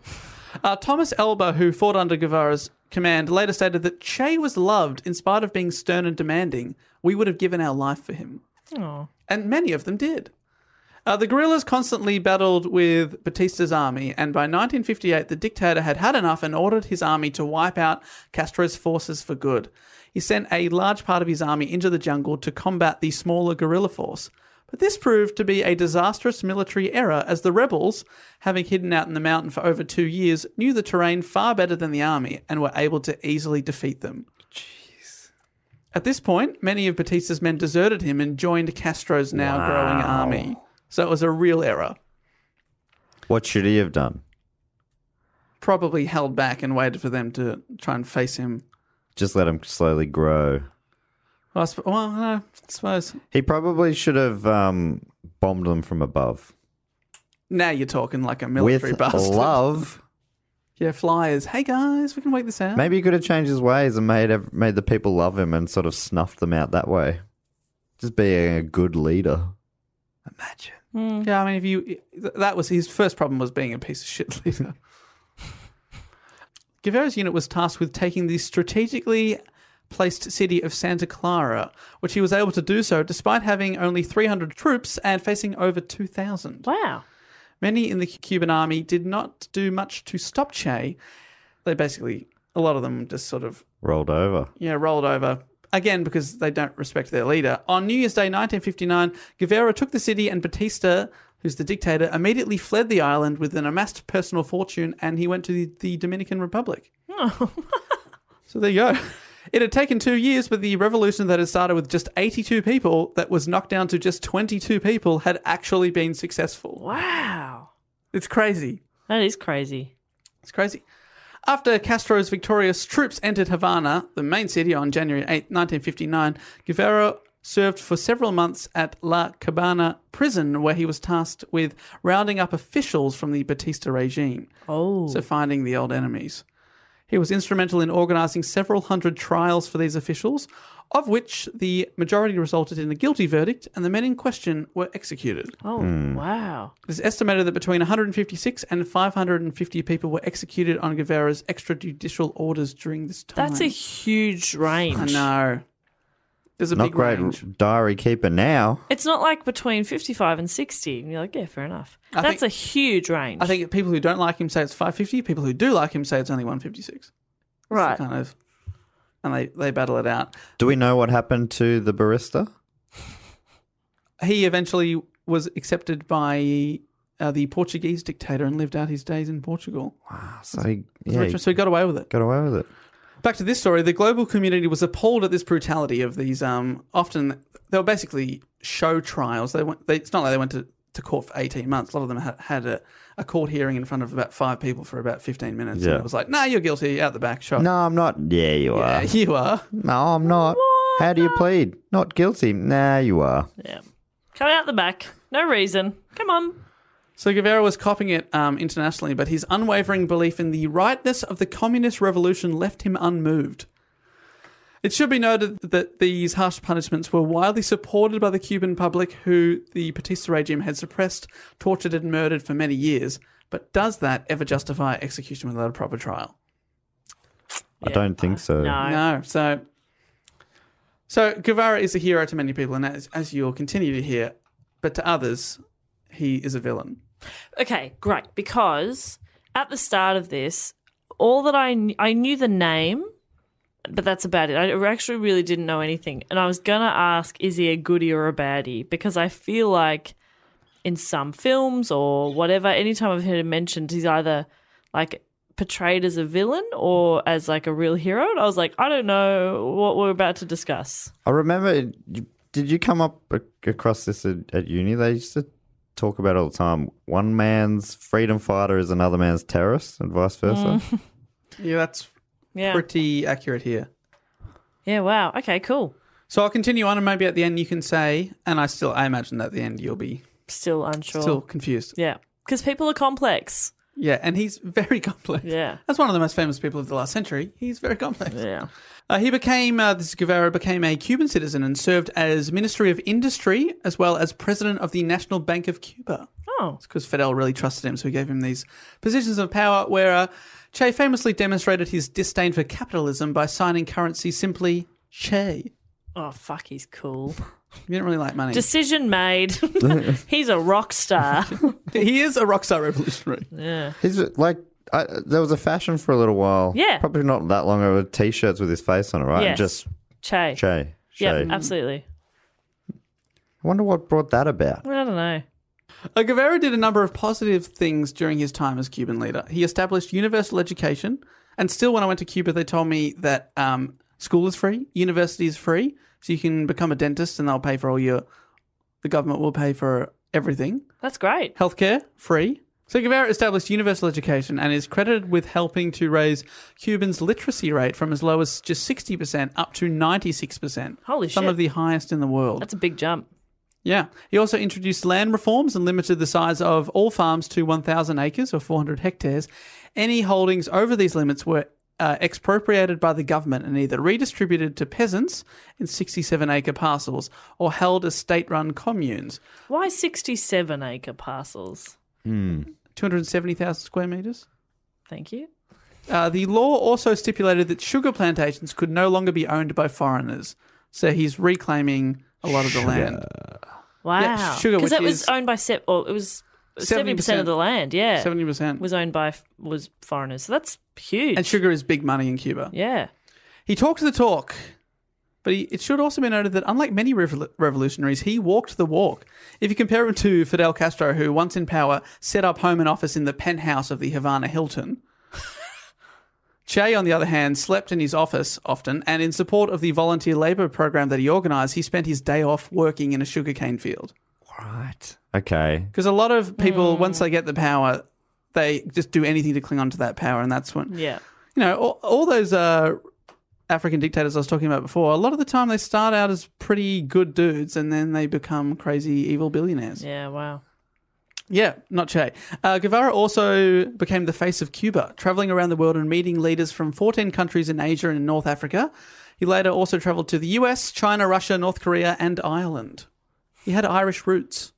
G: Uh, Thomas Elba, who fought under Guevara's command, later stated that Che was loved in spite of being stern and demanding. We would have given our life for him.
H: Oh.
G: and many of them did. Uh, the guerrillas constantly battled with Batista's army, and by 1958, the dictator had had enough and ordered his army to wipe out Castro's forces for good. He sent a large part of his army into the jungle to combat the smaller guerrilla force. But this proved to be a disastrous military error, as the rebels, having hidden out in the mountain for over two years, knew the terrain far better than the army and were able to easily defeat them. At this point, many of Batista's men deserted him and joined Castro's now growing army. So it was a real error.
A: What should he have done?
G: Probably held back and waited for them to try and face him.
A: Just let him slowly grow.
G: Well, I, sp- well, no, I suppose.
A: He probably should have um, bombed them from above.
G: Now you're talking like a military
A: With
G: bastard.
A: love.
G: Yeah, flyers. Hey guys, we can work this out.
A: Maybe he could have changed his ways and made ev- made the people love him and sort of snuffed them out that way. Just being a good leader. Imagine.
G: Yeah, I mean, if you th- that was his first problem was being a piece of shit leader. Guevara's unit was tasked with taking the strategically placed city of Santa Clara, which he was able to do so despite having only 300 troops and facing over 2,000.
H: Wow.
G: Many in the Cuban army did not do much to stop Che. They basically, a lot of them just sort of
A: Rolled over.
G: yeah, rolled over. Again, because they don't respect their leader. On New Year's Day 1959, Guevara took the city and Batista, who's the dictator, immediately fled the island with an amassed personal fortune and he went to the, the Dominican Republic. Oh. so there you go. It had taken two years, but the revolution that had started with just 82 people, that was knocked down to just 22 people, had actually been successful.
H: Wow.
G: It's crazy.
H: That is crazy.
G: It's crazy. After Castro's victorious troops entered Havana, the main city, on January 8, 1959, Guevara served for several months at La Cabana prison, where he was tasked with rounding up officials from the Batista regime,
H: Oh.
G: so finding the old enemies. He was instrumental in organizing several hundred trials for these officials, of which the majority resulted in a guilty verdict, and the men in question were executed.
H: oh,
A: Hmm.
H: wow.
G: It is estimated that between 156 and 550 people were executed on Guevara's extrajudicial orders during this time.
H: That's a huge range.
G: I know. There's a
A: Not
G: big
A: great
G: range.
A: diary keeper now.
H: It's not like between 55 and 60. And you're like, yeah, fair enough.
G: I
H: That's
G: think-
H: a huge range.
G: I think people who don't like him say it's 550. People who do like him say it's only 156. It's the
H: Right.
G: Kind of, and they, they battle it out.
A: Do we know what happened to the barista?
G: He eventually was accepted by uh, the Portuguese dictator and lived out his days in Portugal.
A: So he,
G: It's
A: yeah, he
G: retro- So he got away with it.
A: got away with it.
G: Back to this story, the global community was appalled at this brutality of these. Um, often they were basically show trials. They went. They, it's not like they went to, to court for eighteen months. A lot of them had, had a, a court hearing in front of about five people for about fifteen minutes.
A: Yeah.
G: And it was like, nah, you're guilty. Out the back shot.
A: No, I'm not. Yeah, you
G: Oh. Yeah,
A: are.
G: you are.
A: No, I'm not. How do you plead? Not guilty. Nah, you are.
H: yeah. Come out the back. No reason. Come on.
G: So Guevara was copying it um, internationally, but his unwavering belief in the rightness of the communist revolution left him unmoved. It should be noted that these harsh punishments were widely supported by the Cuban public, who the Batista regime had suppressed, tortured, and murdered for many years. But does that ever justify execution without a proper trial?
A: I don't think so.
H: No.
G: No. So, So Guevara is a hero to many people, and as, as you'll continue to hear, but to others, he is a villain.
H: Okay, great. Because at the start of this, all that I kn- I knew the name, but that's about it. I actually really didn't know anything, and I was gonna ask, is he a goodie or a baddie? Because I feel like in some films or whatever, anytime I've heard him mentioned, he's either like portrayed as a villain or as like a real hero. And I was like, I don't know what we're about to discuss.
A: I remember. Did you come up ac- across this at, at uni? They used to talk about it all the time. One man's freedom fighter is another man's terrorist, and vice versa.
H: Mm.
G: Yeah, that's
H: Yeah.
G: pretty accurate here.
H: Yeah. Wow. Okay. Cool.
G: So I'll continue on, and maybe at the end you can say, and I still, I imagine at the end you'll be
H: Still unsure.
G: still confused.
H: Yeah. Because people are complex.
G: Yeah, and he's very complex.
H: Yeah.
G: That's one of the most famous people of the last century. He's very complex.
H: Yeah.
G: Uh, he became, uh, this Guevara became a Cuban citizen and served as Ministry of Industry as well as President of the National Bank of Cuba.
H: Oh.
G: It's because Fidel really trusted him, so he gave him these positions of power where uh, Che famously demonstrated his disdain for capitalism by signing currency simply Che.
H: Oh fuck. He's cool.
G: He didn't really like money.
H: Decision made. He's a rock star.
G: he is a rock star revolutionary.
H: yeah.
A: He's like, I, there was a fashion for a little while.
H: Yeah.
A: Probably not that long ago. with T-shirts with his face on it, right?
H: Yes.
A: And just
H: Che.
A: Che. Che.
H: Yep, absolutely.
A: I wonder what brought that about.
H: I don't know.
G: Uh, Guevara did a number of positive things during his time as Cuban leader. He established universal education, and still, when I went to Cuba, they told me that um, school is free, university is free, so you can become a dentist, and they'll pay for all your. The government will pay for everything.
H: That's great.
G: Healthcare free. So Guevara established universal education and is credited with helping to raise Cuban's literacy rate from as low as just sixty percent up to ninety-six percent.
H: Holy
G: Some
H: shit.
G: of the highest in the world.
H: That's a big jump.
G: Yeah. He also introduced land reforms and limited the size of all farms to 1,000 acres or 400 hectares. Any holdings over these limits were uh, expropriated by the government and either redistributed to peasants in 67 acre parcels or held as state run communes.
H: Why 67 acre parcels?
G: 270,000 square metres.
H: Thank you.
G: Uh, the law also stipulated that sugar plantations could no longer be owned by foreigners. So he's reclaiming a lot of the land.
H: Wow.
G: sugar,
H: Because
G: which
H: it was
G: is-
H: owned by se- or it was 70%, of
G: 70%.
H: the land, yeah.
G: 70%.
H: was owned by was foreigners. So that's huge.
G: and sugar is big money in Cuba.
H: yeah.
G: He talked the talk, but he, it should also be noted that unlike many revol- revolutionaries, he walked the walk. If you compare him to Fidel Castro, who once in power set up home and office in the penthouse of the Havana Hilton, Che, on the other hand, slept in his office often, and in support of the volunteer labor program that he organized, he spent his day off working in a sugarcane field.
A: Right. Okay.
G: Because a lot of people, once they get the power, they just do anything to cling on to that power, and that's when
H: Yeah.
G: you know, all, all those uh, African dictators I was talking about before, a lot of the time they start out as pretty good dudes and then they become crazy evil billionaires. Yeah,
H: Yeah, wow.
G: not Che. Uh, Guevara also became the face of Cuba, traveling around the world and meeting leaders from 14 countries in Asia and in North Africa. He later also traveled to the US, China, Russia, North Korea, and Ireland. He had Irish roots,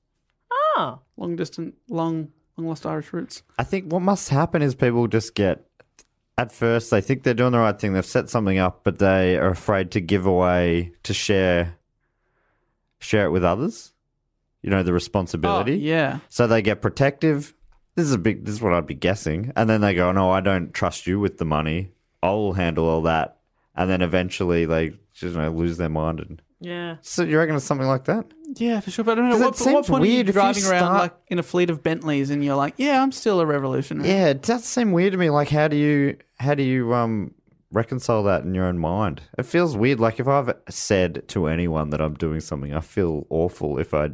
H: Oh.
G: long distant, long, long lost Irish roots.
A: I think what must happen is people just get. At first, they think they're doing the right thing. They've set something up, but they are afraid to give away to share, share it with others. You know the responsibility.
G: Oh, yeah.
A: So they get protective. This is a big. This is what I'd be guessing. And then they go, "No, I don't trust you with the money. I'll handle all that." And then eventually they just you know, lose their mind. And
H: Yeah.
A: so you reckon it's something like that?
G: Yeah, for sure. But I don't know.
A: 'Cause
G: What,
A: it
G: what
A: seems
G: point are you
A: weird if you
G: driving around
A: start-
G: like in a fleet of Bentleys and you're like, yeah, I'm still a revolutionary.
A: Yeah, it does seem weird to me. Like, how do you how do you um reconcile that in your own mind? It feels weird. Like if I've said to anyone that I'm doing something, I feel awful if I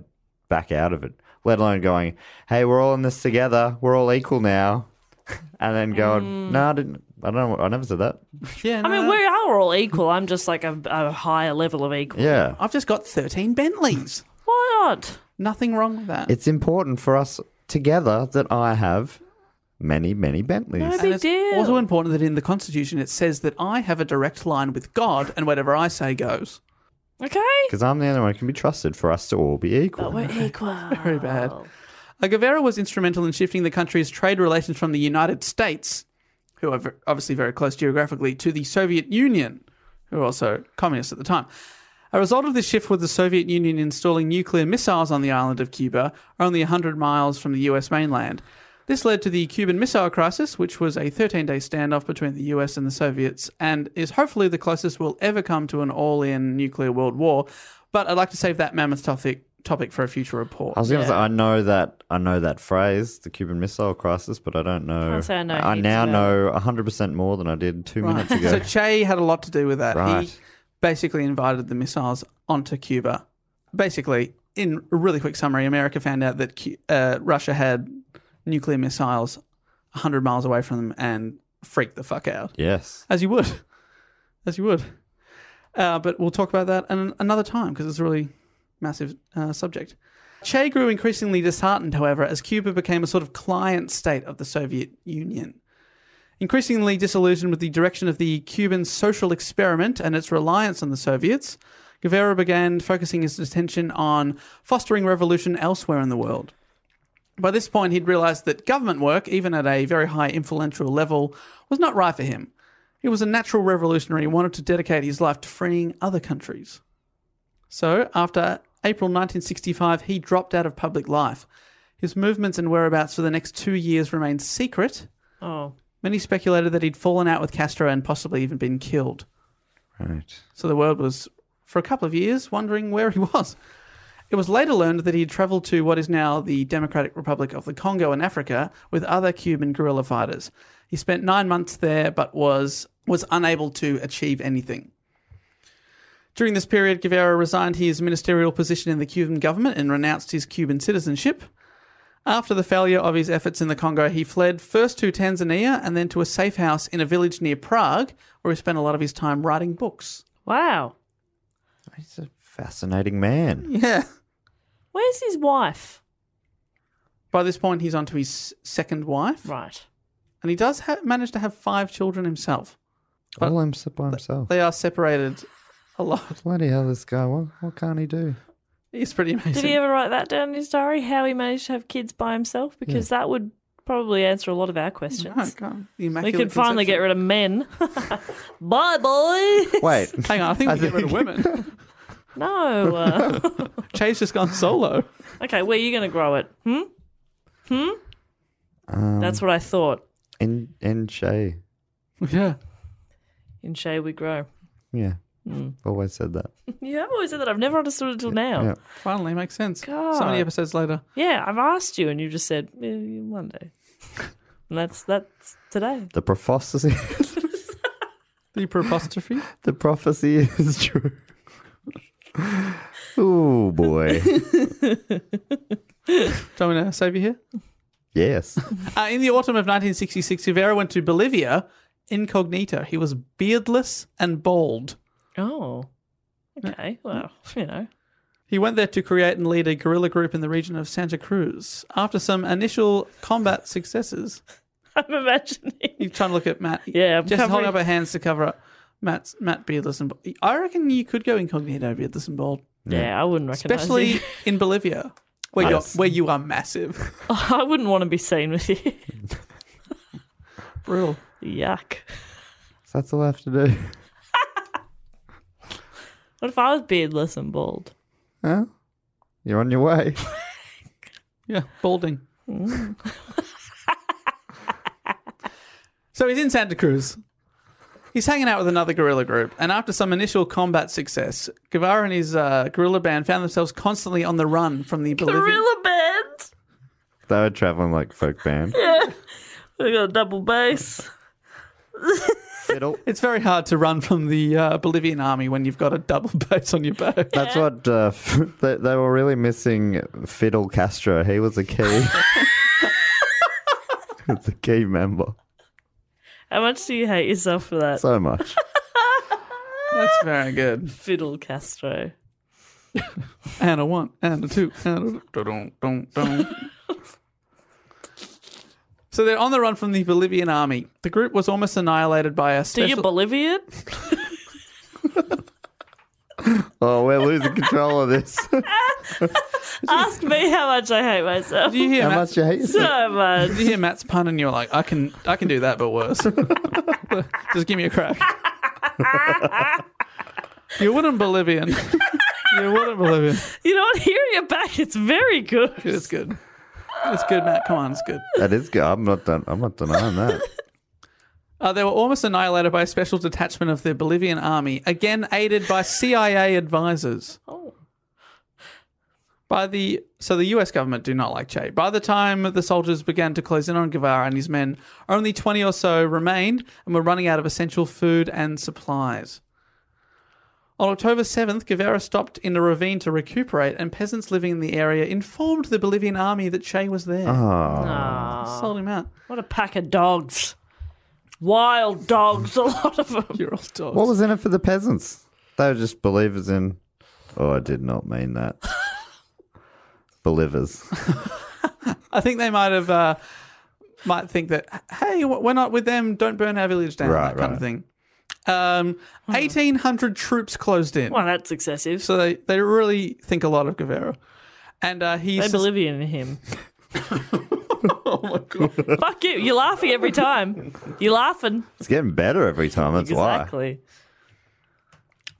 A: back out of it. Let alone going, hey, we're all in this together. We're all equal now, and then going,
H: Mm.
A: no, I didn't. I don't. I never said that.
G: Yeah,
H: I
G: no,
H: mean,
G: no.
H: we are all equal. I'm just like a, a higher level of equal.
A: Yeah,
G: I've just got 13 Bentleys.
H: Why not?
G: Nothing wrong with that.
A: it's important for us together that I have many, many Bentleys.
H: No
G: And
H: big
G: it's
H: deal.
G: also important that in the Constitution it says that I have a direct line with God and whatever I say goes.
H: okay.
A: Because I'm the only one who can be trusted for us to all be equal.
H: But we're equal.
G: Very bad. Uh, Guevara was instrumental in shifting the country's trade relations from the United States, who are v- obviously very close geographically, to the Soviet Union, who were also communist at the time. A result of this shift was the Soviet Union installing nuclear missiles on the island of Cuba, only 100 miles from the US mainland. This led to the Cuban Missile Crisis, which was a 13 day standoff between the US and the Soviets, and is hopefully the closest we'll ever come to an all in nuclear world war. But I'd like to save that mammoth topic, topic for a future report.
K: I was going to say I know that I know that phrase, the Cuban Missile Crisis, but I don't know.
H: Can't say I know heaps
K: now
H: about
K: know hundred percent more than I did two
G: Right.
K: minutes ago.
G: So Che had a lot to do with that. He
K: Right.
G: basically invited the missiles onto Cuba. Basically, in a really quick summary, America found out that Cu- uh, Russia had nuclear missiles 100 miles away from them and freaked the fuck out.
K: yes,
G: As you would. As you would. Uh, but we'll talk about that an- another time because it's a really massive uh, subject. Che grew increasingly disheartened, however, as Cuba became a sort of client state of the Soviet Union. Increasingly disillusioned with the direction of the Cuban social experiment and its reliance on the Soviets, Guevara began focusing his attention on fostering revolution elsewhere in the world. By this point, he'd realized that government work, even at a very high influential level, was not right for him. He was a natural revolutionary and wanted to dedicate his life to freeing other countries. So, after April 1965, he dropped out of public life. His movements and whereabouts for the next two years remained secret.
H: Oh,
G: Many speculated that he'd fallen out with Castro and possibly even been killed.
K: right.
G: So the world was, for a couple of years, wondering where he was. It was later learned that he had travelled to what is now the Democratic Republic of the Congo in Africa with other Cuban guerrilla fighters. He spent nine months there, but was was unable to achieve anything. During this period, Guevara resigned his ministerial position in the Cuban government and renounced his Cuban citizenship. After the failure of his efforts in the Congo, he fled first to Tanzania and then to a safe house in a village near Prague, where he spent a lot of his time writing books.
H: wow.
K: He's a fascinating man.
G: Yeah.
H: Where's his wife?
G: By this point, he's onto his second wife,
H: Right.
G: and he does ha- manage to have five children himself. But-
K: All him by himself.
G: They are separated a lot.
K: Bloody hell, this guy! What what can't he do?
G: He's pretty amazing.
H: Did he ever write that down in his diary? How he managed to have kids by himself? Because that would probably answer a lot of our questions.
G: Oh, God. The
H: we
G: Immaculate
H: could finally get
G: Conception.
H: rid of men. Bye, boy.
K: Wait,
G: Hang on, I think we can get rid of women.
H: No. Uh,
G: Che's just gone solo.
H: okay, where are you going to grow it? Hmm? Hmm? That's what I thought.
K: in in Shay,
G: Yeah.
H: In Shea we grow.
K: yeah, always said that.
H: You have always said that. I've never understood it until now.
K: Yeah.
H: Yeah.
G: Finally, makes sense. So
H: God.
G: many episodes later.
H: I've asked you, and you just said eh, one day. And that's that's today.
K: The prophecy,
G: The apostrophe.
K: the prophecy is true. oh boy,
G: Do you want me to save you here?
K: yes.
G: Uh, in the autumn of 1966, Rivera went to Bolivia incognito. He was beardless and bald.
H: Oh, okay. Well, you know,
G: He went there to create and lead a guerrilla group in the region of Santa Cruz. After some initial combat successes,
H: I'm imagining.
G: you're trying to look at Matt.
H: Yeah, I'm
G: just holding
H: covering-
G: up her hands to cover up Matt's Matt beardless and. Bald. I reckon you could go incognito beardless and bald,
H: Yeah, I wouldn't recognize
G: especially
H: you.
G: in Bolivia, where
K: Yes.
G: you're, where you are massive.
H: I wouldn't want to be seen with you.
G: Brutal.
H: Yuck.
K: That's all I have to do.
H: What if I was beardless and bald?
K: Huh? You're on your way.
G: Yeah, balding. so he's in Santa Cruz. He's hanging out with another guerrilla group, and after some initial combat success, Guevara and his uh, guerrilla band found themselves constantly on the run from the Bolivian.
H: Gorilla band.
K: They were traveling like folk band.
H: We got a double bass.
K: Fiddle.
G: It's very hard to run from the uh, Bolivian army when you've got a double bass on your back.
K: That's what uh, they, they were really missing. Fiddle Castro. He was a key. It's a key member.
H: How much do you hate yourself for that?
K: So much.
G: That's very good.
H: Fiddle Castro.
G: And a one, and a two, and a dun, dun, dun. So they're on the run from the Bolivian army. The group was almost annihilated by a
H: Do
G: special.
H: you Bolivian?
K: Oh, we're losing control of this.
H: Ask me how much I hate myself.
G: Do you hear
K: How
G: Matt?
K: much you hate yourself.
H: so much.
G: Did you hear Matt's pun and you're like, I can I can do that but worse. Just give me a crack. You wouldn't Bolivian. you wouldn't Bolivian.
H: You know what? Hearing it back, it's very good.
G: It's good. It's good, Matt. Come on, it's good.
K: That is good. I'm not done. I'm not denying that.
G: Uh, they were almost annihilated by a special detachment of the Bolivian army, again aided by CIA advisors.
H: Oh.
G: By the so the U.S. government do not like Che. By the time the soldiers began to close in on Guevara and his men, only twenty or so remained and were running out of essential food and supplies. On October 7th, Guevara stopped in a ravine to recuperate, and peasants living in the area informed the Bolivian army that Che was there. Sold him out.
H: What a pack of dogs. Wild dogs, a lot of them.
G: You're all dogs.
K: What was in it for the peasants? They were just believers in. Oh, I did not mean that. believers.
G: I think they might have uh, might think that hey, w- we're not with them. Don't burn our village down.
K: Right,
G: that
K: right.
G: kind of thing. Um,
H: Hmm.
G: eighteen hundred troops closed in,
H: Well, that's excessive.
G: so they they really think a lot of Guevara. And uh, he
H: They
G: sus-
H: believe in him.
G: oh my god,
H: Fuck you. You're laughing every time. You're laughing.
K: It's getting better every time. That's why.
H: exactly.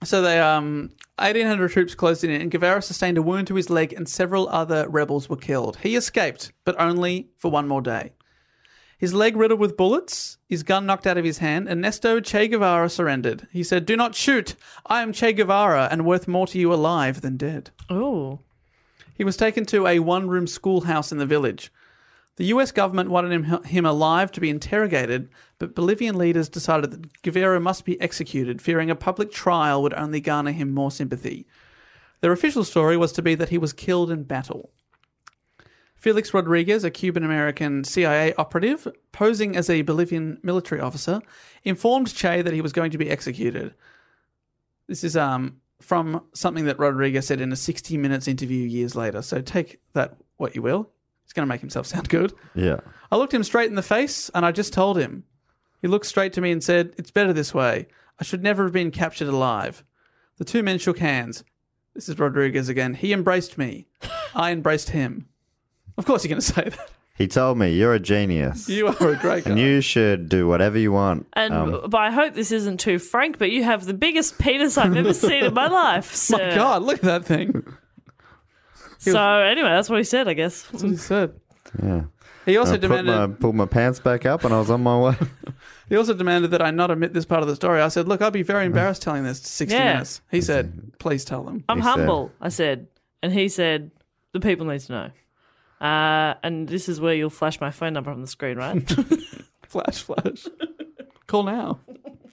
G: so they um. 1800 troops closed in and Guevara sustained a wound to his leg and several other rebels were killed. He escaped, but only for one more day. His leg riddled with bullets, his gun knocked out of his hand, Ernesto Che Guevara surrendered. He said, Do not shoot! I am Che Guevara and worth more to you alive than dead.
H: Oh.
G: He was taken to a one room schoolhouse in the village. The US government wanted him, him alive to be interrogated, but Bolivian leaders decided that Guevara must be executed, fearing a public trial would only garner him more sympathy. Their official story was to be that he was killed in battle. Felix Rodriguez, a Cuban American CIA operative posing as a Bolivian military officer, informed Che that he was going to be executed. This is um, from something that Rodriguez said in a 60 Minutes interview years later, so take that what you will. He's going to make himself sound good.
K: Yeah.
G: I looked him straight in the face and I just told him. He looked straight to me and said, It's better this way. I should never have been captured alive. The two men shook hands. This is Rodriguez again. He embraced me. I embraced him. Of course, you're going to say that.
K: He told me you're a genius.
G: You are a great guy.
K: and you should do whatever you want.
H: And
G: Um,
H: but I hope this isn't too frank, but you have the biggest penis I've ever seen in my life. So,
G: My Oh, God, look at that thing.
H: so anyway, that's what he said, I guess.
G: That's what he said.
K: Yeah.
G: He also
K: I Uh, put
G: demanded.
K: my, pulled my pants back up and I was on my way.
G: He also demanded that I not omit this part of the story. I said, "Look, I'd be very embarrassed telling this to 60
H: Yeah.
G: Minutes." He said, "Please tell them."
H: I'm
K: He said-
H: humble, I said. And he said, the people need to know. Uh, and this is where you'll flash my phone number on the screen, right?
G: Flash, flash. Call now.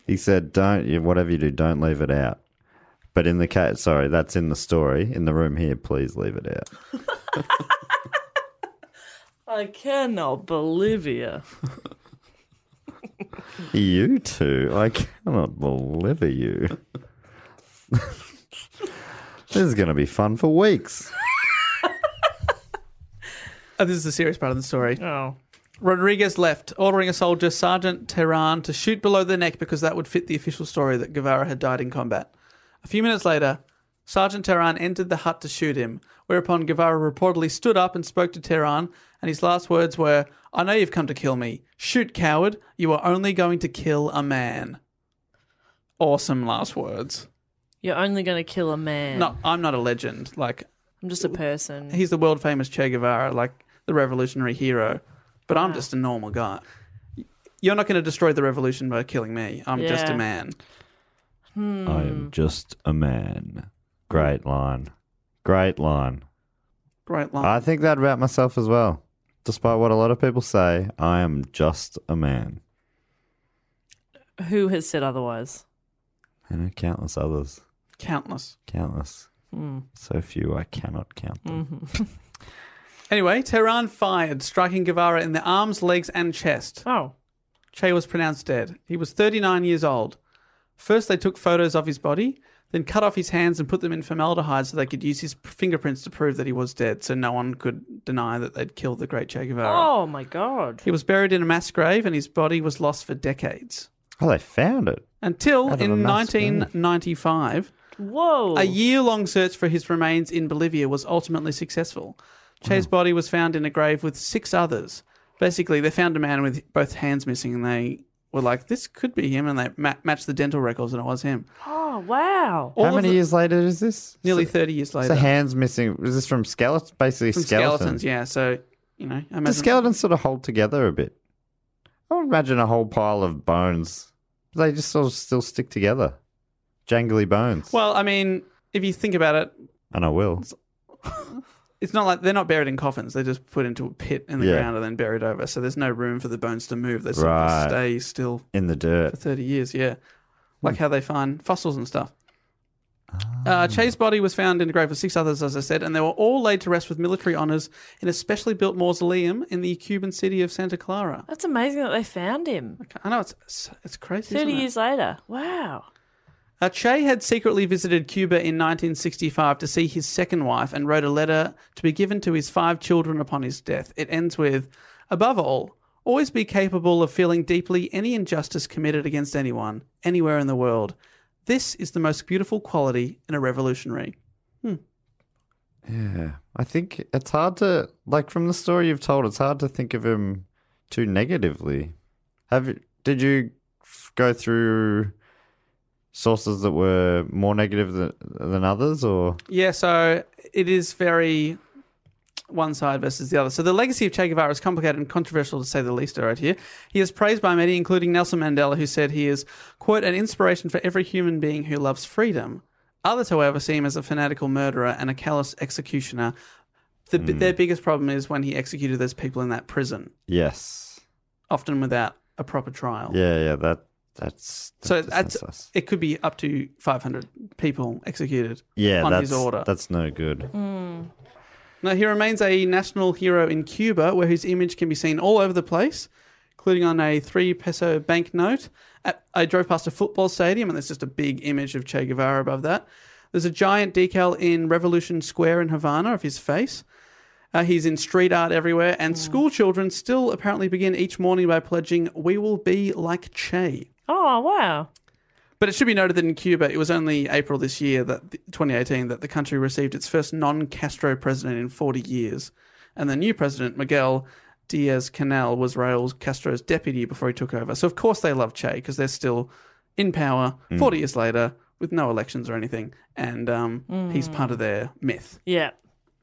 K: He said, "Don't you, whatever you do, don't leave it out." But in the cat, sorry, that's in the story. In the room here, please leave it out.
H: I cannot believe you.
K: You two, I cannot believe you. this is going to be fun for weeks.
G: Oh, this is the serious part of the story.
H: Oh.
G: Rodriguez left, ordering a soldier, Sergeant Tehran, to shoot below the neck because that would fit the official story that Guevara had died in combat. A few minutes later, Sergeant Tehran entered the hut to shoot him, whereupon Guevara reportedly stood up and spoke to Tehran, and his last words were, I know you've come to kill me. Shoot, coward. You are only going to kill a man. Awesome last words.
H: You're only going to kill a man.
G: No, I'm not a legend. Like,
H: I'm just a person.
G: he's the world famous Che Guevara, like the revolutionary hero, but I'm just a normal guy. You're not going to destroy the revolution by killing me. I'm just
H: Yeah.
G: a man.
K: I am just a man. Great line. Great line.
G: Great line.
K: I think that about myself as well. Despite what a lot of people say, I am just a man.
H: Who has said otherwise?
K: And countless others.
G: Countless.
K: Countless.
G: Hmm.
K: So few, I cannot count them.
G: Mm-hmm. Anyway, Tehran fired, striking Guevara in the arms, legs, and chest.
H: Oh.
G: Che was pronounced dead. He was 39 years old. First, they took photos of his body, then cut off his hands and put them in formaldehyde so they could use his fingerprints to prove that he was dead, so no one could deny that they'd killed the great Che Guevara.
H: Oh, my God.
G: He was buried in a mass grave and his body was lost for decades.
K: Oh, they found it.
G: Until
K: Out of a
G: in
K: mass grave.
G: 1995,
H: Whoa.
G: a year long search for his remains in Bolivia was ultimately successful. Che's
K: Hmm.
G: body was found in a grave with six others. Basically, they found a man with both hands missing and they were like, this could be him, and they ma- matched the dental records, and it was him.
H: Oh wow!
G: All
A: How
G: of
A: many
G: the-
A: years later is this?
G: Nearly 30 years later.
A: So hands missing. Is this from skeletons? Basically,
G: From
A: skeletons.
G: skeletons, yeah. So, you know, I
A: Do
G: imagine.
A: skeletons sort of hold together a bit? I would imagine a whole pile of bones. They just sort of still stick together. Jangly bones.
G: well, I mean, if you think about it,
A: and I will.
G: it's not like they're not buried in coffins. They're just put into a pit in the
A: Yeah.
G: ground and then buried over. So there's no room for the bones to move. They sort
A: Right.
G: of stay still
A: In the dirt.
G: for 30 years, yeah. Like
A: Hmm.
G: how they find fossils and stuff.
A: Ah.
G: Uh, Che's body was found in the grave with six others, as I said, and they were all laid to rest with military honors in a specially built mausoleum in the Cuban city of Santa Clara.
H: That's amazing that they found him
G: I know it's it's, it's crazy.
H: thirty
G: isn't it?
H: years later. Wow.
G: Uh, che had secretly visited Cuba in 1965 to see his second wife and wrote a letter to be given to his five children upon his death. It ends with Above all, always be capable of feeling deeply any injustice committed against anyone, anywhere in the world. This is the most beautiful quality in a revolutionary.
A: Yeah. I think it's hard to, like, from the story you've told, it's hard to think of him too negatively. Have you, Did you f- go through sources that were more negative than, than others, or?
G: Yeah, so it is very one side versus the other. So the legacy of Che Guevara is complicated and controversial to say the least right here. He is praised by many, including Nelson Mandela, who said he is, quote, an inspiration for every human being who loves freedom. Others, however, see him as a fanatical murderer and a callous executioner. The,
A: Mm.
G: Their biggest problem is when he executed those people in that prison,
A: Yes.
G: often without a proper trial.
A: Yeah, yeah, that that's that
G: So
A: does
G: that's,
A: sound sus.
G: it could be up to 500 people executed
A: yeah,
G: on
A: that's
G: his order.
A: that's no good.
G: Now, he remains a national hero in Cuba, where his image can be seen all over the place, including on a three peso banknote. At, I drove past a football stadium, and there's just a big image of Che Guevara above that. There's a giant decal in Revolution Square in Havana of his face. Uh, he's in street art everywhere, and school children still apparently begin each morning by pledging, We will be like Che.
H: Oh wow.
G: But it should be noted that in Cuba, it was only April this year, that 2018, that the country received its first non-Castro president in 40 years, and the new president Miguel Diaz Canal was Raúl Castro's deputy before he took over. So of course they love Che because they're still in power 40 years later with no elections or anything, and um, he's part of their myth.
H: Yeah.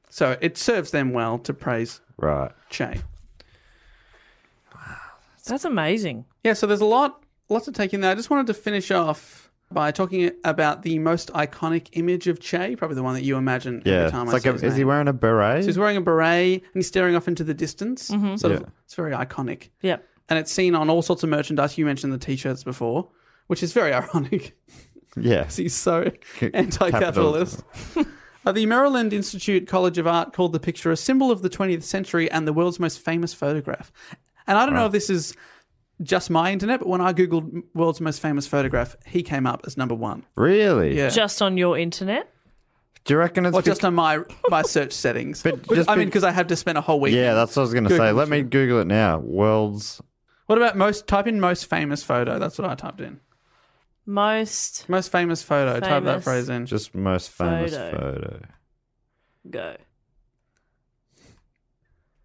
G: So it serves them well to praise
A: Right.
G: Che.
H: That's amazing.
G: Yeah, so there's a lot, lot to take in there. I just wanted to finish off by talking about the most iconic image of Che, probably the one that you imagine
A: Yeah.
G: every time
A: It's
G: I
A: like
G: say
A: a,
G: his
A: is he
G: name.
A: wearing a beret?
G: So he's wearing a beret and he's staring off into the distance. Sort
A: Yeah.
G: of, it's very iconic,
H: Yep.
G: and it's seen on all sorts of merchandise. You mentioned the t-shirts before, which is very ironic
A: yeah.
G: 'cause he's so
A: C-
G: anti-capitalist. Uh, the Maryland Institute College of Art called the picture a symbol of the 20th century and the world's most famous photograph. And I don't know if this is just my internet, but when I googled m- world's most famous photograph, he came up as number one.
A: Really?
G: Yeah.
H: Just on your internet.
A: Do you reckon it's
G: Or just
A: bec-
G: on my my search settings.
A: But
G: Which-
A: just
G: I mean,
A: be-
G: because I have to spend a whole week.
A: Yeah, that's what I was gonna say.
G: Google
A: Let me
G: shit.
A: Google it now. World's
G: What about most? Type in most famous photo. That's what I typed in.
H: Most
G: Most famous photo. Type that
H: Famous.
G: phrase in.
A: just most famous
H: Photo.
A: photo.
H: go.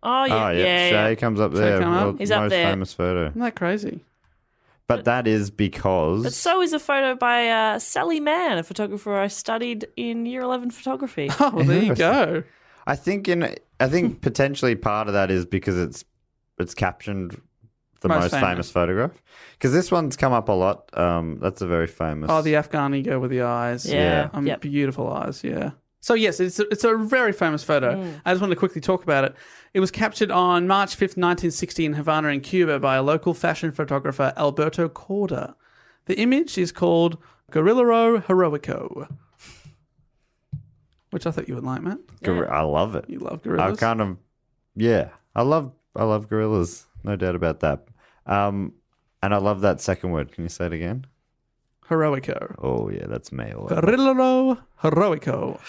H: Oh yeah,
G: Ah,
A: oh yeah,
H: yeah, yeah.
A: Shay comes up
G: Shay
A: there.
G: come up?
A: World-
H: He's up
A: most
H: there.
A: famous photo.
G: Isn't that crazy?
A: But that is because
H: But so is a photo by uh, Sally Mann, a photographer I studied in year eleven photography.
G: Oh, well, there you
A: Interesting.
G: go.
A: I think in I think potentially part of that is because it's it's captioned the
G: Most
A: most,
G: famous.
A: famous. photograph because this one's come up a lot. Um, that's a very famous.
G: Oh, the Afghani girl with the eyes.
H: Yeah.
G: Um,
H: Yep.
G: Beautiful eyes, yeah. So, yes, it's a, it's a very famous photo. I just wanted to quickly talk about it. It was captured on March 5th, 1960, in Havana, in Cuba, by a local fashion photographer, Alberto Corda. The image is called Gorillero Heroico, which I thought you would like, Matt.
A: Gor- I love it.
G: You love
A: I
G: gorillas.
A: kind of yeah. I love I love gorillas. No doubt about that. Um, and I love that second word. Can you say it again?
G: Heroico.
A: Oh yeah, that's me. all over.
G: Gorillero Heroico.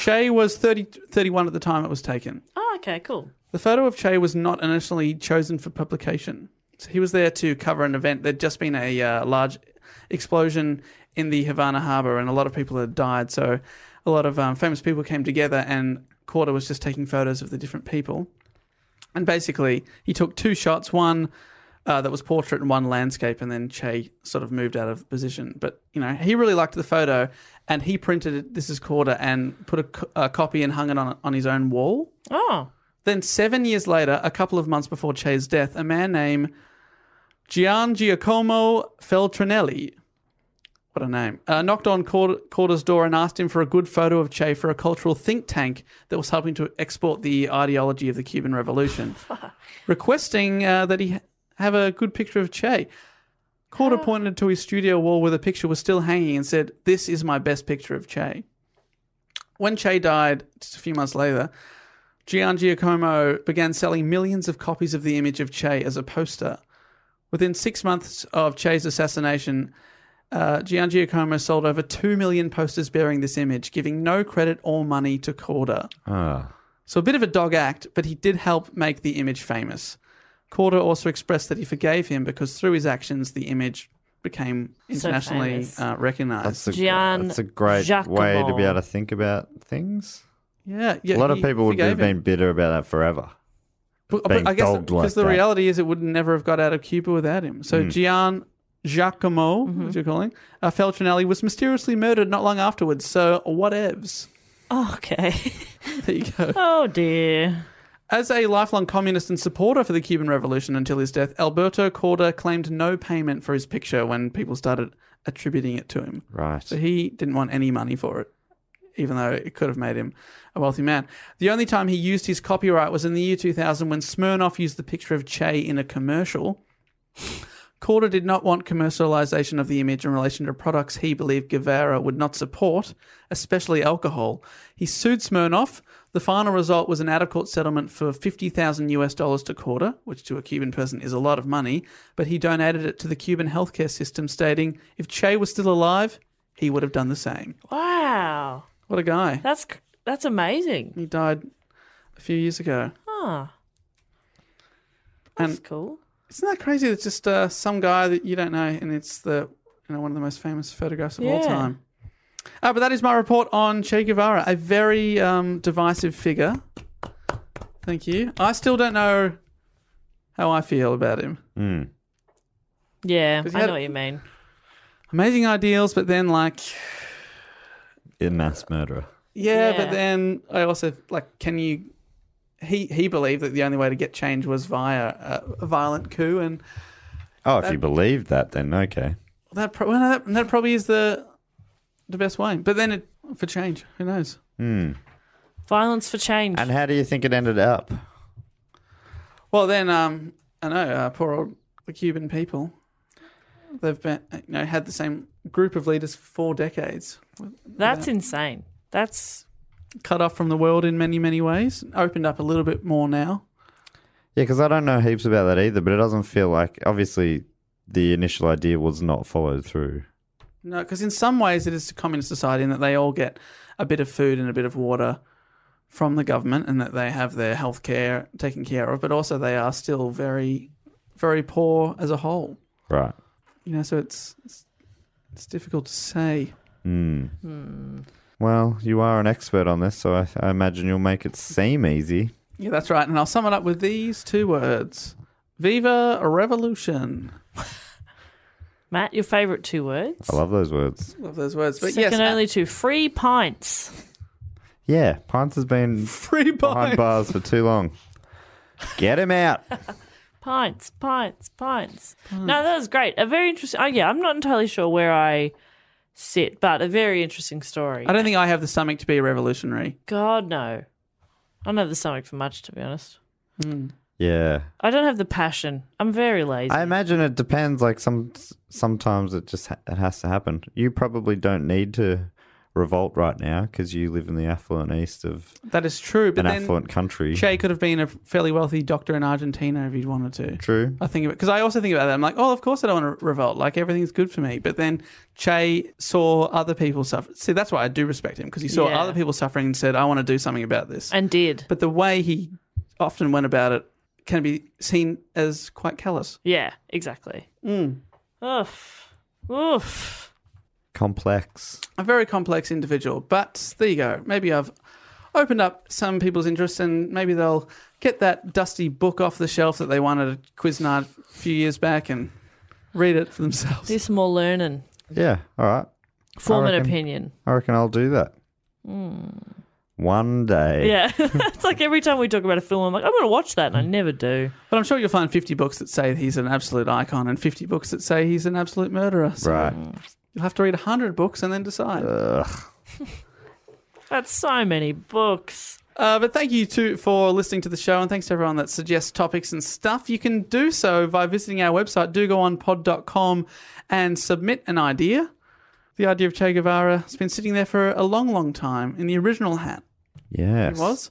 G: Che was 30, 31 at the time it was taken.
H: Oh, okay, cool.
G: The photo of Che was not initially chosen for publication. So he was there to cover an event. There'd just been a uh, large explosion in the Havana harbor, and a lot of people had died. So a lot of um, famous people came together, and Corder was just taking photos of the different people. And basically, he took two shots one uh, that was portrait and one landscape, and then Che sort of moved out of position. But you know, he really liked the photo, and he printed it. This is quarter, and put a, co- a copy and hung it on on his own wall.
H: Oh,
G: Then seven years later, a couple of months before Che's death, a man named Gian Giacomo Feltrinelli, what a name, uh, knocked on Cord- Corder's door and asked him for a good photo of Che for a cultural think tank that was helping to export the ideology of the Cuban Revolution, requesting uh, that he ha- have a good picture of Che. Corder pointed to his studio wall where the picture was still hanging and said, This is my best picture of Che. When Che died just a few months later, Gian Giacomo began selling millions of copies of the image of Che as a poster. Within six months of Che's assassination, uh, Gian Giacomo sold over 2 million posters bearing this image, giving no credit or money to Corda.
K: Ah.
G: So a bit of a dog act, but he did help make the image famous. Corda also expressed that he forgave him because through his actions, the image became internationally
H: famous.
G: uh, recognized.
K: That's a,
H: Gian
K: that's a great way to
H: Giacomo.
K: be able to think about things.
G: yeah, yeah,
K: a lot of
G: he
K: people would
G: forgave
K: have
G: him.
K: been bitter about that forever.
G: But, but
K: being
G: I guess
K: dogged
G: because
K: like
G: the
K: that. Mm.
G: reality is it would never have got out of Cuba without him. So Gian Giacomo, as you're calling, uh, Feltrinelli was mysteriously murdered not long afterwards. So whatevs.
H: okay.
G: There you go.
H: oh dear.
G: As a lifelong communist and supporter for the Cuban Revolution until his death, Alberto Corda claimed no payment for his picture when people started attributing it to him.
K: Right.
G: So he didn't want any money for it, even though it could have made him a wealthy man. The only time he used his copyright was in the year 2000 when Smirnoff used the picture of Che in a commercial. Corda did not want commercialization of the image in relation to products he believed Guevara would not support, especially alcohol. He sued Smirnoff. The final result was an out of court settlement for 50,000 US dollars to Corda, which to a Cuban person is a lot of money, but he donated it to the Cuban healthcare system, stating, if Che was still alive, he would have done the same.
H: Wow.
G: What a guy.
H: That's c- that's amazing.
G: He died a few years ago.
H: Ah,
G: And-
H: that's cool.
G: Isn't that crazy? It's just uh, some guy that you don't know, and it's the you know one of the most famous photographs of all
H: Yeah.
G: time. Uh, but that is my report on Che Guevara, a very um, divisive figure. Thank you. I still don't know how I feel about him.
H: Yeah,
G: 'Cause he
H: I
G: had-
H: know what you mean.
G: Amazing ideals, but then like,
K: A mass murderer.
G: yeah,
H: Yeah.
G: but then I also like, can you? He he believed that the only way to get change was via a, a violent coup, and
K: Oh, if you believe that, then okay.
G: that pro- well, that, that probably is the the best way. But then it for change, who knows?
H: Violence for change.
K: And how do you think it ended up?
G: Well, then, um, I know uh, poor old the Cuban people. They've been, you know, had the same group of leaders for four decades,
H: that's insane. That's
G: cut off from the world in many, many ways. Opened up a little bit more now.
K: Yeah, because I don't know heaps about that either, but it doesn't feel like obviously the initial idea was not followed through.
G: No, because in some ways it is a communist society in that they all get a bit of food and a bit of water from the government, and that they have their health care taken care of, but also they are still very, very poor as a whole.
K: Right.
G: You know, so it's it's, it's difficult to say.
K: Hmm.
G: Hmm.
K: Well, you are an expert on this, so I, I imagine you'll make it seem easy.
G: Yeah, that's right. And I'll sum it up with these two words Viva Revolution.
H: Matt, your favorite two words.
K: I love those words.
G: Love those words. But
H: Second
G: yes,
H: only to free pints.
K: Yeah, Pines has been
G: free
K: behind
G: buy.
K: bars for too long. Get him out.
H: Pints, pints, pints. No, that was great. A very interesting. Oh, yeah, I'm not entirely sure where I sit, but a very interesting story.
G: I don't think I have the stomach to be a revolutionary.
H: God, no. I don't have the stomach for much, to be honest.
K: Yeah.
H: I don't have the passion. I'm very lazy.
K: I imagine it depends. Like some, sometimes it just ha- it has to happen. You probably don't need to revolt right now because you live in the affluent east of
G: That is true. But
K: an
G: then
K: affluent country.
G: Che could have been a fairly wealthy doctor in Argentina if he'd wanted to.
K: True.
G: I think of it because I also think about that. I'm like, oh, of course I don't want to revolt. Like everything's good for me. But then Che saw other people suffer. See, that's why I do respect him because he saw
H: Yeah.
G: other people suffering and said, I want to do something about this.
H: and did.
G: but the way he often went about it can be seen as quite callous.
H: yeah, exactly. Oof. Oof.
K: Complex.
G: A very complex individual, but there you go. Maybe I've opened up some people's interests, and maybe they'll get that dusty book off the shelf that they won at a Quiznard a few years back and read it for themselves.
H: Do some more learning.
A: Yeah. All right.
H: Form
A: I
H: an
A: reckon-
H: opinion.
A: I reckon I'll do that
G: Hmm.
H: Mm.
A: one day.
H: Yeah. it's like every time we talk about a film, I'm like, I'm going to watch that. And I never do.
G: But I'm sure you'll find 50 books that say he's an absolute icon and 50 books that say he's an absolute murderer. So
A: Right.
G: You'll have to read 100 books and then decide.
A: Ugh.
H: That's so many books.
G: Uh, but thank you too for listening to the show, and thanks to everyone that suggests topics and stuff. You can do so by visiting our website, dogoonpod.com, and submit an idea. The idea of Che Guevara has been sitting there for a long, long time in the original hat.
A: Yes.
G: It was.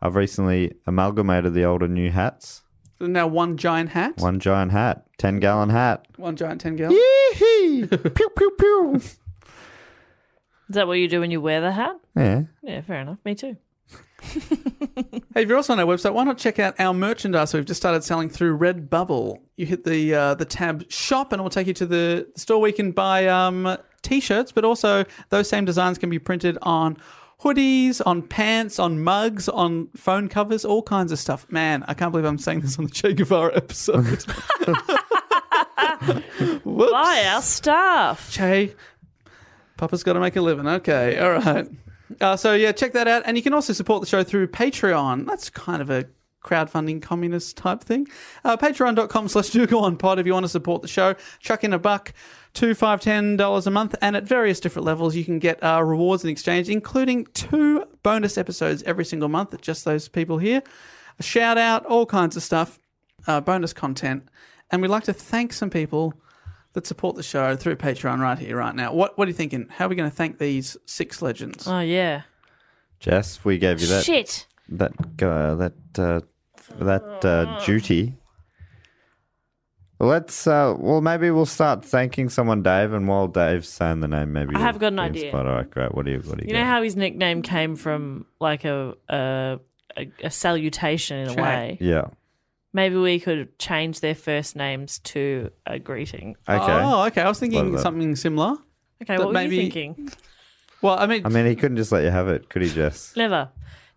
A: I've recently amalgamated the old and new hats.
G: Now one giant hat, one,
A: One giant hat, 10 gallon hat.
G: giant 10 gallon.
A: Yee-hee! pew, pew, pew.
H: Is that what you do when you wear the hat?
A: Yeah.
H: Yeah, fair enough. Me too.
G: Hey, if you're also on our website, why not check out our merchandise we've just started selling through Redbubble? You hit the uh, the tab shop, and it will take you to the store where you can buy um, t-shirts, but also those same designs can be printed on hoodies, on pants, on mugs, on phone covers, all kinds of stuff. Man, I can't believe I'm saying this on the Che Guevara episode. Whoops.
H: Buy our stuff.
G: Che, Papa's got to make a living. Okay, all right. Uh, so yeah, check that out, and you can also support the show through Patreon. That's kind of a crowdfunding communist type thing. Uh, Patreon.com slash do go on pod if you want to support the show. Chuck in a buck, two, five, ten dollars a month, and at various different levels you can get uh, rewards in exchange, including two bonus episodes every single month that just those people here. A shout out, all kinds of stuff, uh, bonus content, and we'd like to thank some people that support the show through Patreon right here, right now. What What are you thinking? How are we going to thank these six legends?
H: Oh, yeah.
A: Jess, we gave you that
H: Shit.
A: that uh, that uh, that uh, duty. Let's uh, well, maybe we'll start thanking someone, Dave, and while Dave's saying the name, maybe
H: I have
A: you'll
H: got an
A: be
H: idea.
A: inspired. All right, great. What do you what do you,
H: You know
A: got?
H: how his nickname came from like a a, a, a salutation in a
G: Chat.
H: way.
A: yeah.
H: Maybe we could change their first names to a greeting.
A: Okay.
G: Oh, okay. I was
A: Love
G: thinking
A: that.
G: something similar.
H: Okay,
G: But
H: what were
G: maybe-
H: you thinking?
G: Well, I mean,
A: I mean, he couldn't just let you have it, could he, Jess?
H: Never.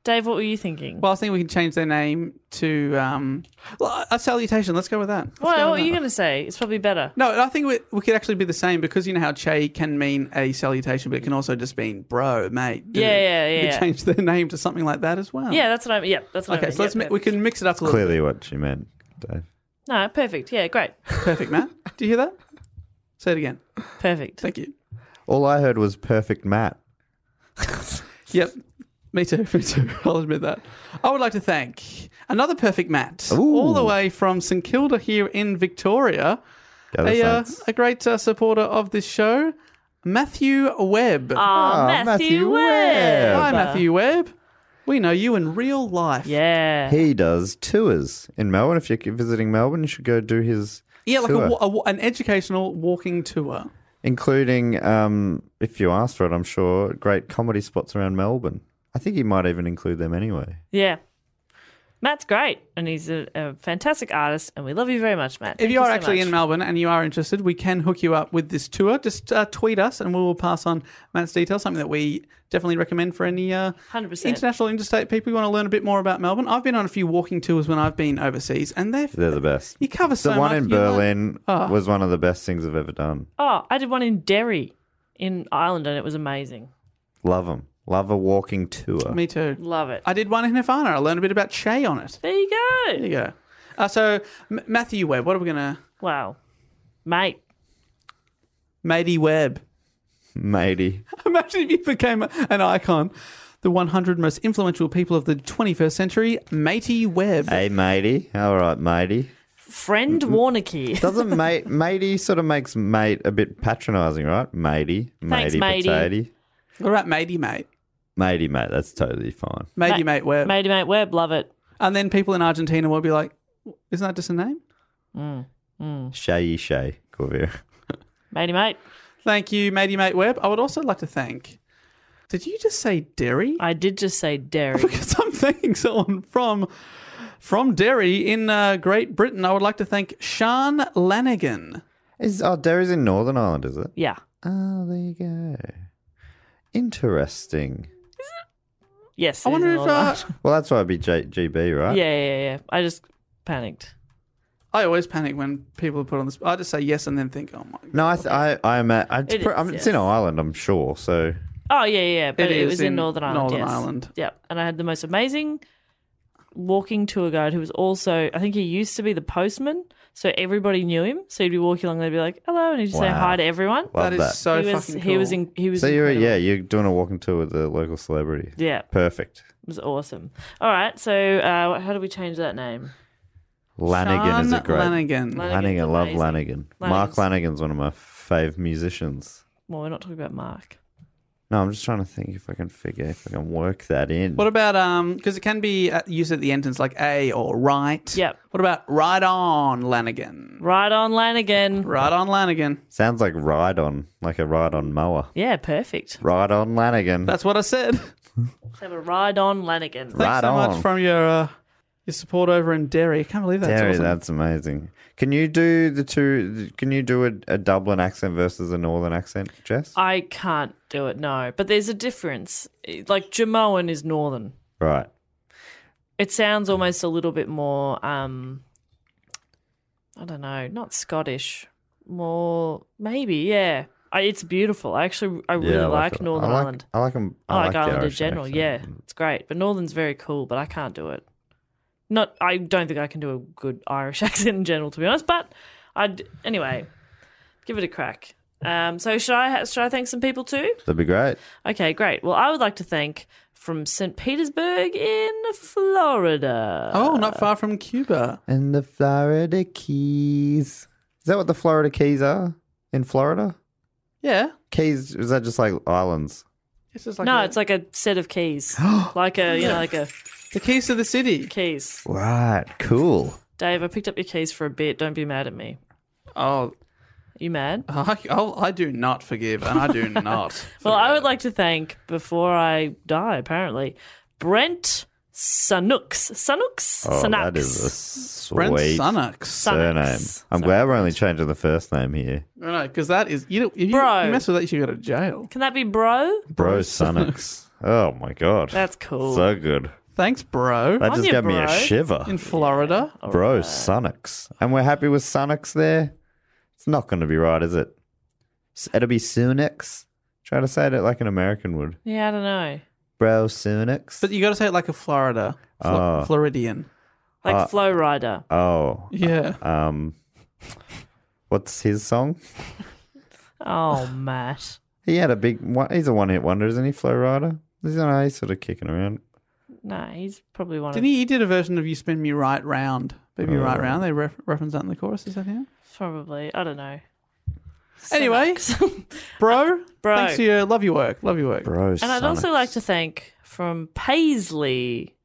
H: Dave, what were you thinking?
G: well, I think we can change their name to um, well, a salutation. Let's go with that. Let's
H: Well,
G: go
H: what
G: with
H: are you
G: that.
H: going to say? It's probably better.
G: No, I think we, we could actually be the same because you know how Che can mean a salutation, but it can also just mean bro, mate. dude.
H: Yeah, yeah,
G: You
H: yeah.
G: could change their name to something like that as well.
H: Yeah, that's what I mean. Yeah, that's what I
G: Okay,
H: mean.
G: so let's
H: Yeah,
G: mi- we can mix it up a little.
A: Clearly, what you meant, Dave.
H: perfect. No, perfect. Yeah, great.
G: Perfect, Matt. Do you hear that? Say it again.
H: Perfect.
G: Thank you.
A: All I heard was perfect, Matt.
G: Yep. Me too. Me too. I'll admit that. I would like to thank another perfect Matt,
A: Ooh.
G: all the way from St Kilda here in Victoria,
A: Go the
G: a, uh,
A: Saints.
G: a great uh, supporter of this show, Matthew Webb.
H: Ah,
A: Ah,
H: Matthew,
A: Matthew
H: Webb.
A: Webb.
G: Hi, Matthew Webb. We know you in real life.
H: Yeah.
A: He does tours in Melbourne. If you're visiting Melbourne, you should go do his
G: Yeah, like a,
A: tour.
G: wa- a wa- an educational walking tour.
A: including um, if you ask for it, I'm sure great comedy spots around Melbourne. I think he might even include them anyway.
H: Yeah. Matt's great, and he's a, a fantastic artist, and we love you very much, Matt.
G: If
H: Thank
G: you are
H: so
G: actually
H: much.
G: in Melbourne and you are interested, we can hook you up with this tour. Just uh, tweet us and we will pass on Matt's details, something that we definitely recommend for any uh,
H: 100%.
G: international, interstate people who want to learn a bit more about Melbourne. I've been on a few walking tours when I've been overseas and they've,
A: They're the best.
G: you cover so
A: the one
G: much,
A: in
G: you learn-
A: Berlin
G: Ah.
A: was one of the best things I've ever done.
H: Oh, I did one in Derry in Ireland, and it was amazing.
A: Love them. Love a walking tour.
G: Me too.
H: Love it.
G: I did one in Havana. I learned a bit about Che on it.
H: there you go.
G: There you go. Uh, so, M- Matthew Webb, what are we going to.
H: Wow. Mate.
G: Matey Webb.
A: Matey.
G: Imagine if you became an icon. The 100 most influential people of the 21st century, Matey Webb.
A: Hey, matey. All right, matey.
H: Friend
G: Mm-hmm.
H: Warnicky.
A: Doesn't mate matey sort of makes mate a bit patronising, right? Matey,
H: Thanks,
A: matey,
H: matey.
A: potato,
G: What about Matey Mate?
A: matey, mate. That's totally fine.
G: Matey
H: Ma-
G: Mate Webb.
H: Matey Mate Web, love it.
G: And then people in Argentina will be like, isn't that just a name? Mm.
A: Shay, shay, Corvair.
H: Matey Mate.
G: Thank you, Matey Mate Webb. I would also like to thank. Did you just say Derry?
H: I did just say Derry.
G: because I'm thanking someone from from Derry in uh, Great Britain. I would like to thank Sean Lanigan.
A: Is oh, Derry's in Northern Ireland, is it?
H: yeah.
A: Oh, there you go. Interesting.
H: Yes.
G: I
H: it is
G: wonder
H: an
G: if,
H: order.
G: uh,
A: Well, that's why it'd be J- GB,
H: yeah,
A: right?
H: yeah, yeah. I just panicked.
G: I always panic when people are put on this. I just say yes and then think, oh my.
A: No, I, th- I, I'm at, I,
H: It
A: it's, pr-
H: is,
A: I'm, it's
H: yes.
A: in Ireland, I'm sure. So
H: Oh yeah, yeah, but
G: It
H: it,
G: is
H: was in,
G: in
H: Northern Ireland.
G: Northern
H: yes.
G: Ireland.
H: Yep, and I had the most amazing walking tour guide who was also, I think he used to be the postman, so everybody knew him. So he'd be walking along, they'd be like, "Hello," and he'd just say
A: Wow.
H: hi to everyone.
A: love
G: that is
A: that.
G: so
H: he was,
G: fucking cool.
H: he was, in, he was.
A: so you're,
H: incredible.
A: yeah, you're doing a walking tour with a local celebrity.
H: yeah, it
A: Perfect.
H: was awesome. All right, so uh, how do we change that name?
A: Lanigan is a
G: Sean
A: great.
G: Lanigan.
H: Lanigan's
A: Lanigan, I love
H: amazing.
A: Lanigan.
H: Lanigan's-
A: Mark Lanigan's one of my fave musicians.
H: Well, we're not talking about Mark.
A: No, I'm just trying to think if I can figure if I can work that in.
G: What about um? Because it can be uh, used at the end. It's like a or right.
H: Yep.
G: What about right on Lanigan?
H: Right on Lanigan.
G: Right on Lanigan.
A: Sounds like ride on, like a ride on mower.
H: Yeah, perfect.
A: Ride on Lanigan.
G: That's what I said.
H: Let's have a ride on Lanigan.
A: Right
G: Thanks so much
A: on.
G: from your uh, your support over in Derry. I can't believe that's
A: Terry,
G: awesome.
A: that's amazing. Can you do the two? Can you do a, a Dublin accent versus a Northern accent, Jess?
H: I can't do it, no. But there's a difference. Like Jamoan is northern.
A: right.
H: It sounds almost a little bit more, um, I don't know, not Scottish, more maybe, yeah. I, it's beautiful. I actually, I really
A: Yeah,
H: like,
A: it.
H: Northern
A: I like,
H: Ireland.
A: I like 'em-
H: I,
A: I
H: like,
A: like the
H: Ireland in
A: Irish
H: general.
A: accent.
H: Yeah, it's great. But Northern's very cool, but I can't do it. Not, I don't think I can do a good Irish accent in general, to be honest. But I'd anyway, give it a crack. Um, so should I? Should I thank some people too?
A: That'd be great.
H: Okay, great. Well, I would like to thank from St. Petersburg in Florida.
G: oh, not far from Cuba.
A: And the Florida Keys. Is that what the Florida Keys are in Florida?
G: Yeah.
A: Keys is that just like islands?
G: It's just like
H: no,
G: a-
H: it's like a set of keys, like a you know, like a
G: the keys to the city.
H: keys.
A: Right. Cool.
H: Dave, I picked up your keys for a bit. Don't be mad at me.
G: Oh,
H: You mad?
G: I, I'll, I do not forgive, and I do not.
H: Well, I would like to thank before I die. Apparently, Brent Sanooks. Sanooks.
A: Oh,
H: Sanooks.
A: that is a sweet
G: Brent Sunnocks.
A: surname.
H: Sunnocks.
A: I'm glad we're only changing the first name here.
G: No, no, because that is you. Don't, if you,
H: Bro.
G: you mess with that, you should go to jail.
H: Can that be bro?
A: Bro Sunnocks. oh my god.
H: That's cool.
A: so good.
G: Thanks, bro.
A: That
H: On
A: just
H: ya,
A: gave me a
H: bro.
A: shiver.
G: In Florida,
A: Bro Sunnocks. And we're happy with Sunnocks there. It's not going to be right, is it? S- It'll be Sunix. Try to say it like an American would.
H: yeah, I don't know.
A: Bro Sunix.
G: but you got to say it like a Florida, Flo-
A: Ah.
G: Floridian.
H: Like
A: Uh,
H: Flow Rider.
A: oh.
G: Yeah,
A: Um, what's his song?
H: Oh, Matt.
A: He had a big one. He's a one hit wonder, isn't he, Flow Rider? He's, not, he's sort of kicking around.
H: No, he's probably one of
G: didn't he? He did a version of "You Spin Me Right Round." Baby,
A: Oh.
G: right round. They ref- reference that in the chorus. Is that him?
H: Probably. I don't know.
G: Anyway, bro,
H: Bro.
G: Thanks for your love. Your work. Love your work.
A: Bro
H: and I'd also like to thank from Paisley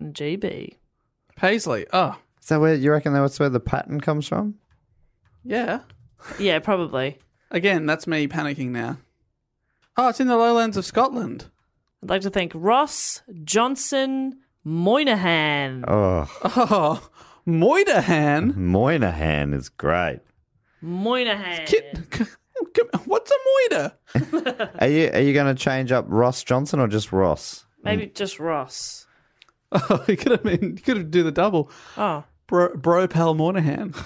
H: and GB.
G: Paisley. Oh,
A: Is that where you reckon that's where the pattern comes from?
G: yeah.
H: Yeah, probably.
G: Again, that's me panicking now. Oh, it's in the lowlands of Scotland.
H: I'd like to thank Ross Johnson Moynihan.
A: Oh,
G: Oh, Moynihan.
A: Moynihan is great.
H: Moynihan.
G: Kid- What's a moiter?
A: Are you are you going to change up Ross Johnson or just Ross?
H: Maybe just Ross.
G: Oh, you could have been. You could have do the double.
H: Oh,
G: Bro, bro pal Moynihan.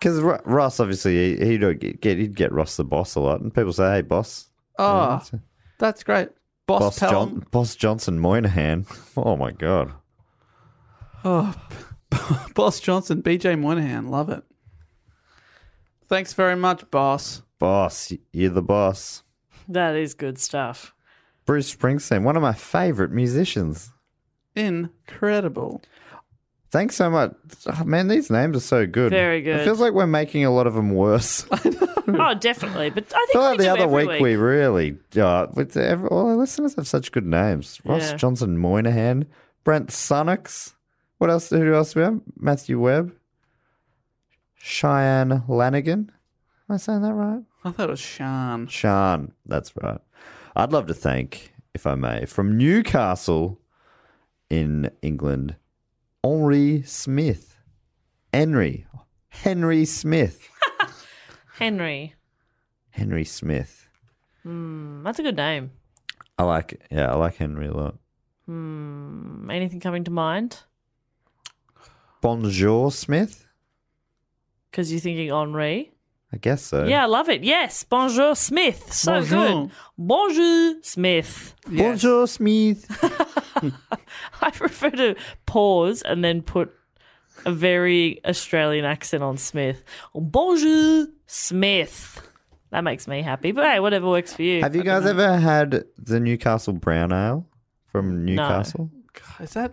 A: Because Ross obviously he, he'd uh, get he'd get Ross the boss a lot, and people say, "Hey, boss,
G: Oh, that's great. Boss,
A: boss,
G: pal.
A: John, boss Johnson Moynihan." Oh my god,
G: Boss Johnson. BJ Moynihan. Love it. Thanks very much, boss.
A: boss, you're the boss.
H: that is good stuff.
A: Bruce Springsteen, one of my favorite musicians.
G: Incredible.
A: Thanks so much. Oh, man, these names are so good.
H: Very good.
A: It feels like we're making a lot of them worse. I
H: Oh, definitely. But I think
A: feel
H: we
A: like the
H: do
A: other
H: every
A: week, we really. Uh, with the- every, all our listeners have such good names Ross
H: Yeah.
A: Johnson Moynihan, Brent Sunnocks. What else? Who else we have? Matthew Webb, Cheyenne Lanigan. Am I saying that right?
G: I thought it was Sean.
A: Sean, that's right. I'd love to thank, if I may, from Newcastle in England, Henry Smith. Henry. Henry Smith.
H: Henry.
A: Henry Smith.
H: Mm, That's a good name.
A: I like yeah, I like Henry a lot.
H: Hmm. Anything coming to mind?
A: Bonjour, Smith.
H: Because you're thinking Henri.
A: I guess so.
H: Yeah, I love it. Yes. Bonjour, Smith. So
A: Bonjour.
H: good. Bonjour, Smith.
A: Bonjour, Smith.
H: I prefer to pause and then put a very Australian accent on Smith. Bonjour, Smith. That makes me happy. But hey, whatever works for you.
A: Have you
H: I don't
A: guys
H: know.
A: ever had the Newcastle Brown Ale from Newcastle?
G: Is that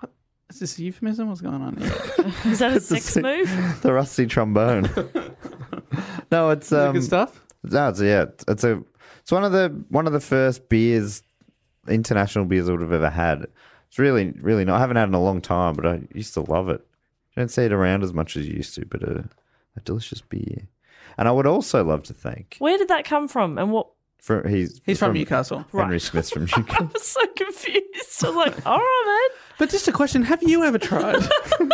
G: what? Is this a euphemism? What's going on? Here?
H: Is that a
A: the
H: sex
A: si-
H: move?
A: the rusty trombone. no, it's
G: that
A: um,
G: good stuff?
A: No, it's yeah, it's- it's a it's one of the one of the first beers, international beers I would have ever had. It's really really not. I haven't had it in a long time, but I used to love it. You don't see it around as much as you used to, but a, a delicious beer. And I would also love to thank
H: Where did that come from? And what?
A: for he's
G: He's from Newcastle.
A: Henry Smith's from Newcastle.
H: I was so confused. I was like, all right,
G: But just a question: Have you ever tried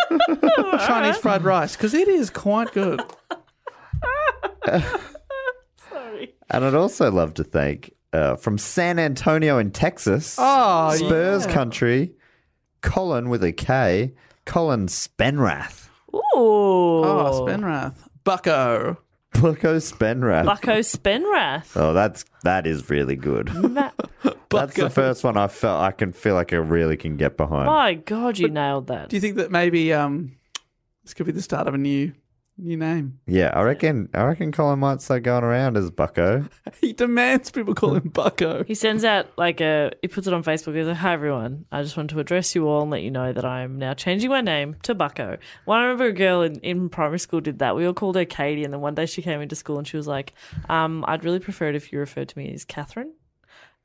G: Chinese fried rice? Because it is quite good.
H: man. Sorry.
A: And I'd also love to thank uh, from San Antonio in Texas,
G: Oh,
A: Spurs country, Colin with a K, Colin Spenrath.
H: Ooh.
G: Oh, Spenrath, Bucko.
A: Bucko Spenrath.
H: Bucko Spenrath.
A: oh, that's that is really good.
H: Ma-
A: That's the first one I felt I can feel like I really can get behind.
H: My God, you nailed that.
G: Do you think that maybe um, this could be the start of a new new name?
A: Yeah, I reckon I reckon Colin might start going around as Bucko.
G: He demands people call him Bucko.
H: He sends out like a, he puts it on Facebook. He's like, hi everyone. I just wanted to address you all and let you know that I'm now changing my name to Bucko. Well, I remember a girl in, in primary school did that. We all called her Katie. And then one day she came into school and she was like, um, I'd really prefer it if you referred to me as Catherine.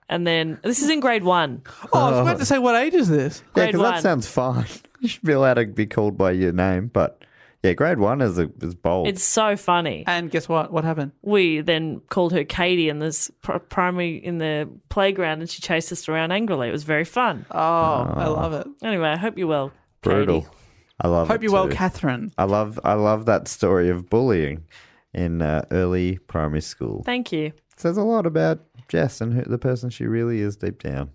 H: And then this is in grade one.
G: Oh, I was about to say, what age is this?
A: Yeah,
H: Grade
A: because
H: one.
A: that sounds fine. You should be allowed to be called by your name, but yeah, grade one is a, is bold.
H: It's so funny.
G: And guess what? What happened?
H: we then called her Katie in this pr- primary in the playground, and she chased us around angrily. It was very fun.
G: Oh, I love it.
H: Anyway, I hope you're well.
A: Brutal.
H: Katie.
A: I love
G: Hope
A: it
G: you're well,
A: too.
G: Catherine.
A: I love I love that story of bullying in uh, early primary school.
H: Thank you.
A: says a lot about Jess and who, the person she really is deep down.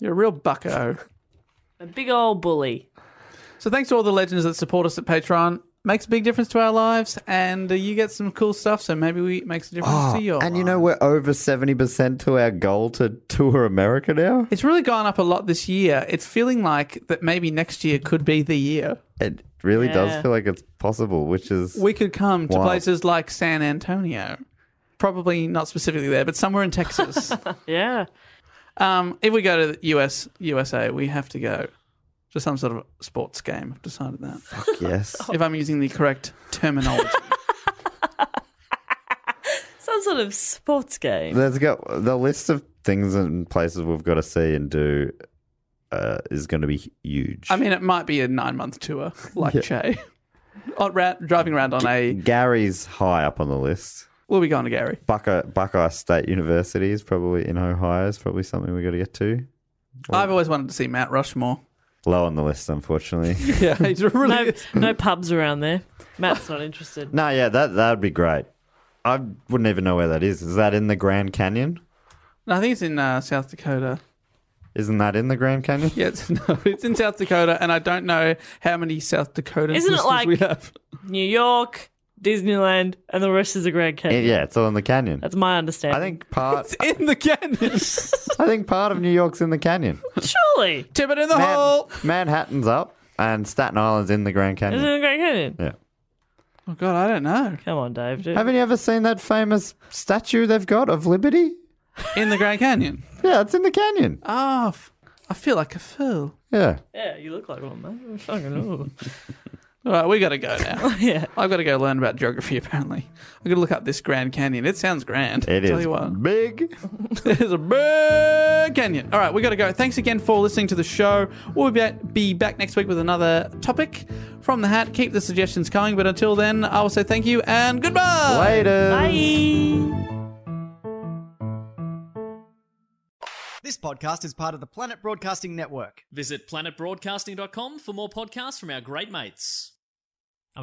G: You're a real bucko.
H: A big old bully.
G: so thanks to all the legends that support us at Patreon. Makes a big difference to our lives, and uh, you get some cool stuff. So maybe we it makes a difference to your.
A: Oh, and you know
G: lives.
A: we're over seventy percent to our goal to tour America now.
G: It's really gone up a lot this year. It's feeling like that maybe next year could be the year
A: It really
H: Yeah.
A: does feel like it's possible, which is
G: we could come to
A: Wow.
G: places like San Antonio. Probably not specifically there, but somewhere in Texas.
H: Yeah.
G: um, if we go to the US, USA, we have to go to some sort of sports game. I've decided that.
A: yes.
G: If I'm using the correct terminology.
H: Some sort of sports game.
A: There's got the list of things and places we've got to see and do uh, is going to be huge.
G: I mean, it might be a nine month tour, like Che. On, ra- driving around on a.
A: Gary's high up on the list.
G: We'll be going to Gary.
A: Buckeye, Buckeye State University is probably in Ohio is probably something we got to get to. Oh.
G: I've always wanted to see Mount Rushmore.
A: Low on the list, unfortunately.
G: Yeah, he's really.
H: No, no pubs around there. Matt's not interested.
A: no, yeah, that that would be great. I wouldn't even know where that is. Is that in the Grand Canyon?
G: No, I think it's in uh, South Dakota.
A: Isn't that in the Grand Canyon?
G: Yeah, it's, no, it's in South Dakota, and I don't know how many South Dakotans
H: Isn't it
G: listeners
H: like-
G: we have.
H: New York, Disneyland, and the rest is the Grand
A: Yeah,
H: Canyon.
A: yeah it's all in the canyon.
H: That's my understanding.
A: I think part.
G: In the canyon.
A: I think part of New York's in the canyon.
H: surely
G: Tip it in the
A: Man-
G: hole.
A: Manhattan's up, and Staten Island's in the Grand
H: is it
A: Canyon.
H: the Grand Canyon?
A: Yeah.
G: Oh, God, I don't know.
H: Come on, Dave. Dude.
A: Haven't you ever seen that famous statue they've got of Liberty?
G: In the Grand Canyon.
A: Yeah, it's in the canyon.
G: Ah, f- I feel like a fool.
A: Yeah.
H: Yeah, you look like one, man. Fucking ooh.
G: All right, we got to go now.
H: yeah.
G: I've got to go learn about geography, apparently. I've got to look up this Grand Canyon. It sounds grand.
A: It
G: Tell
A: is
G: you what.
A: big.
G: It is a big canyon. All right, we got to go. Thanks again for listening to the show. We'll be back- be back next week with another topic from the hat. Keep the suggestions coming, but until then, I will say thank you and goodbye.
A: Later.
H: Bye.
E: This podcast is part of the Planet Broadcasting Network.
F: Visit planetbroadcasting.com for more podcasts from our great mates. I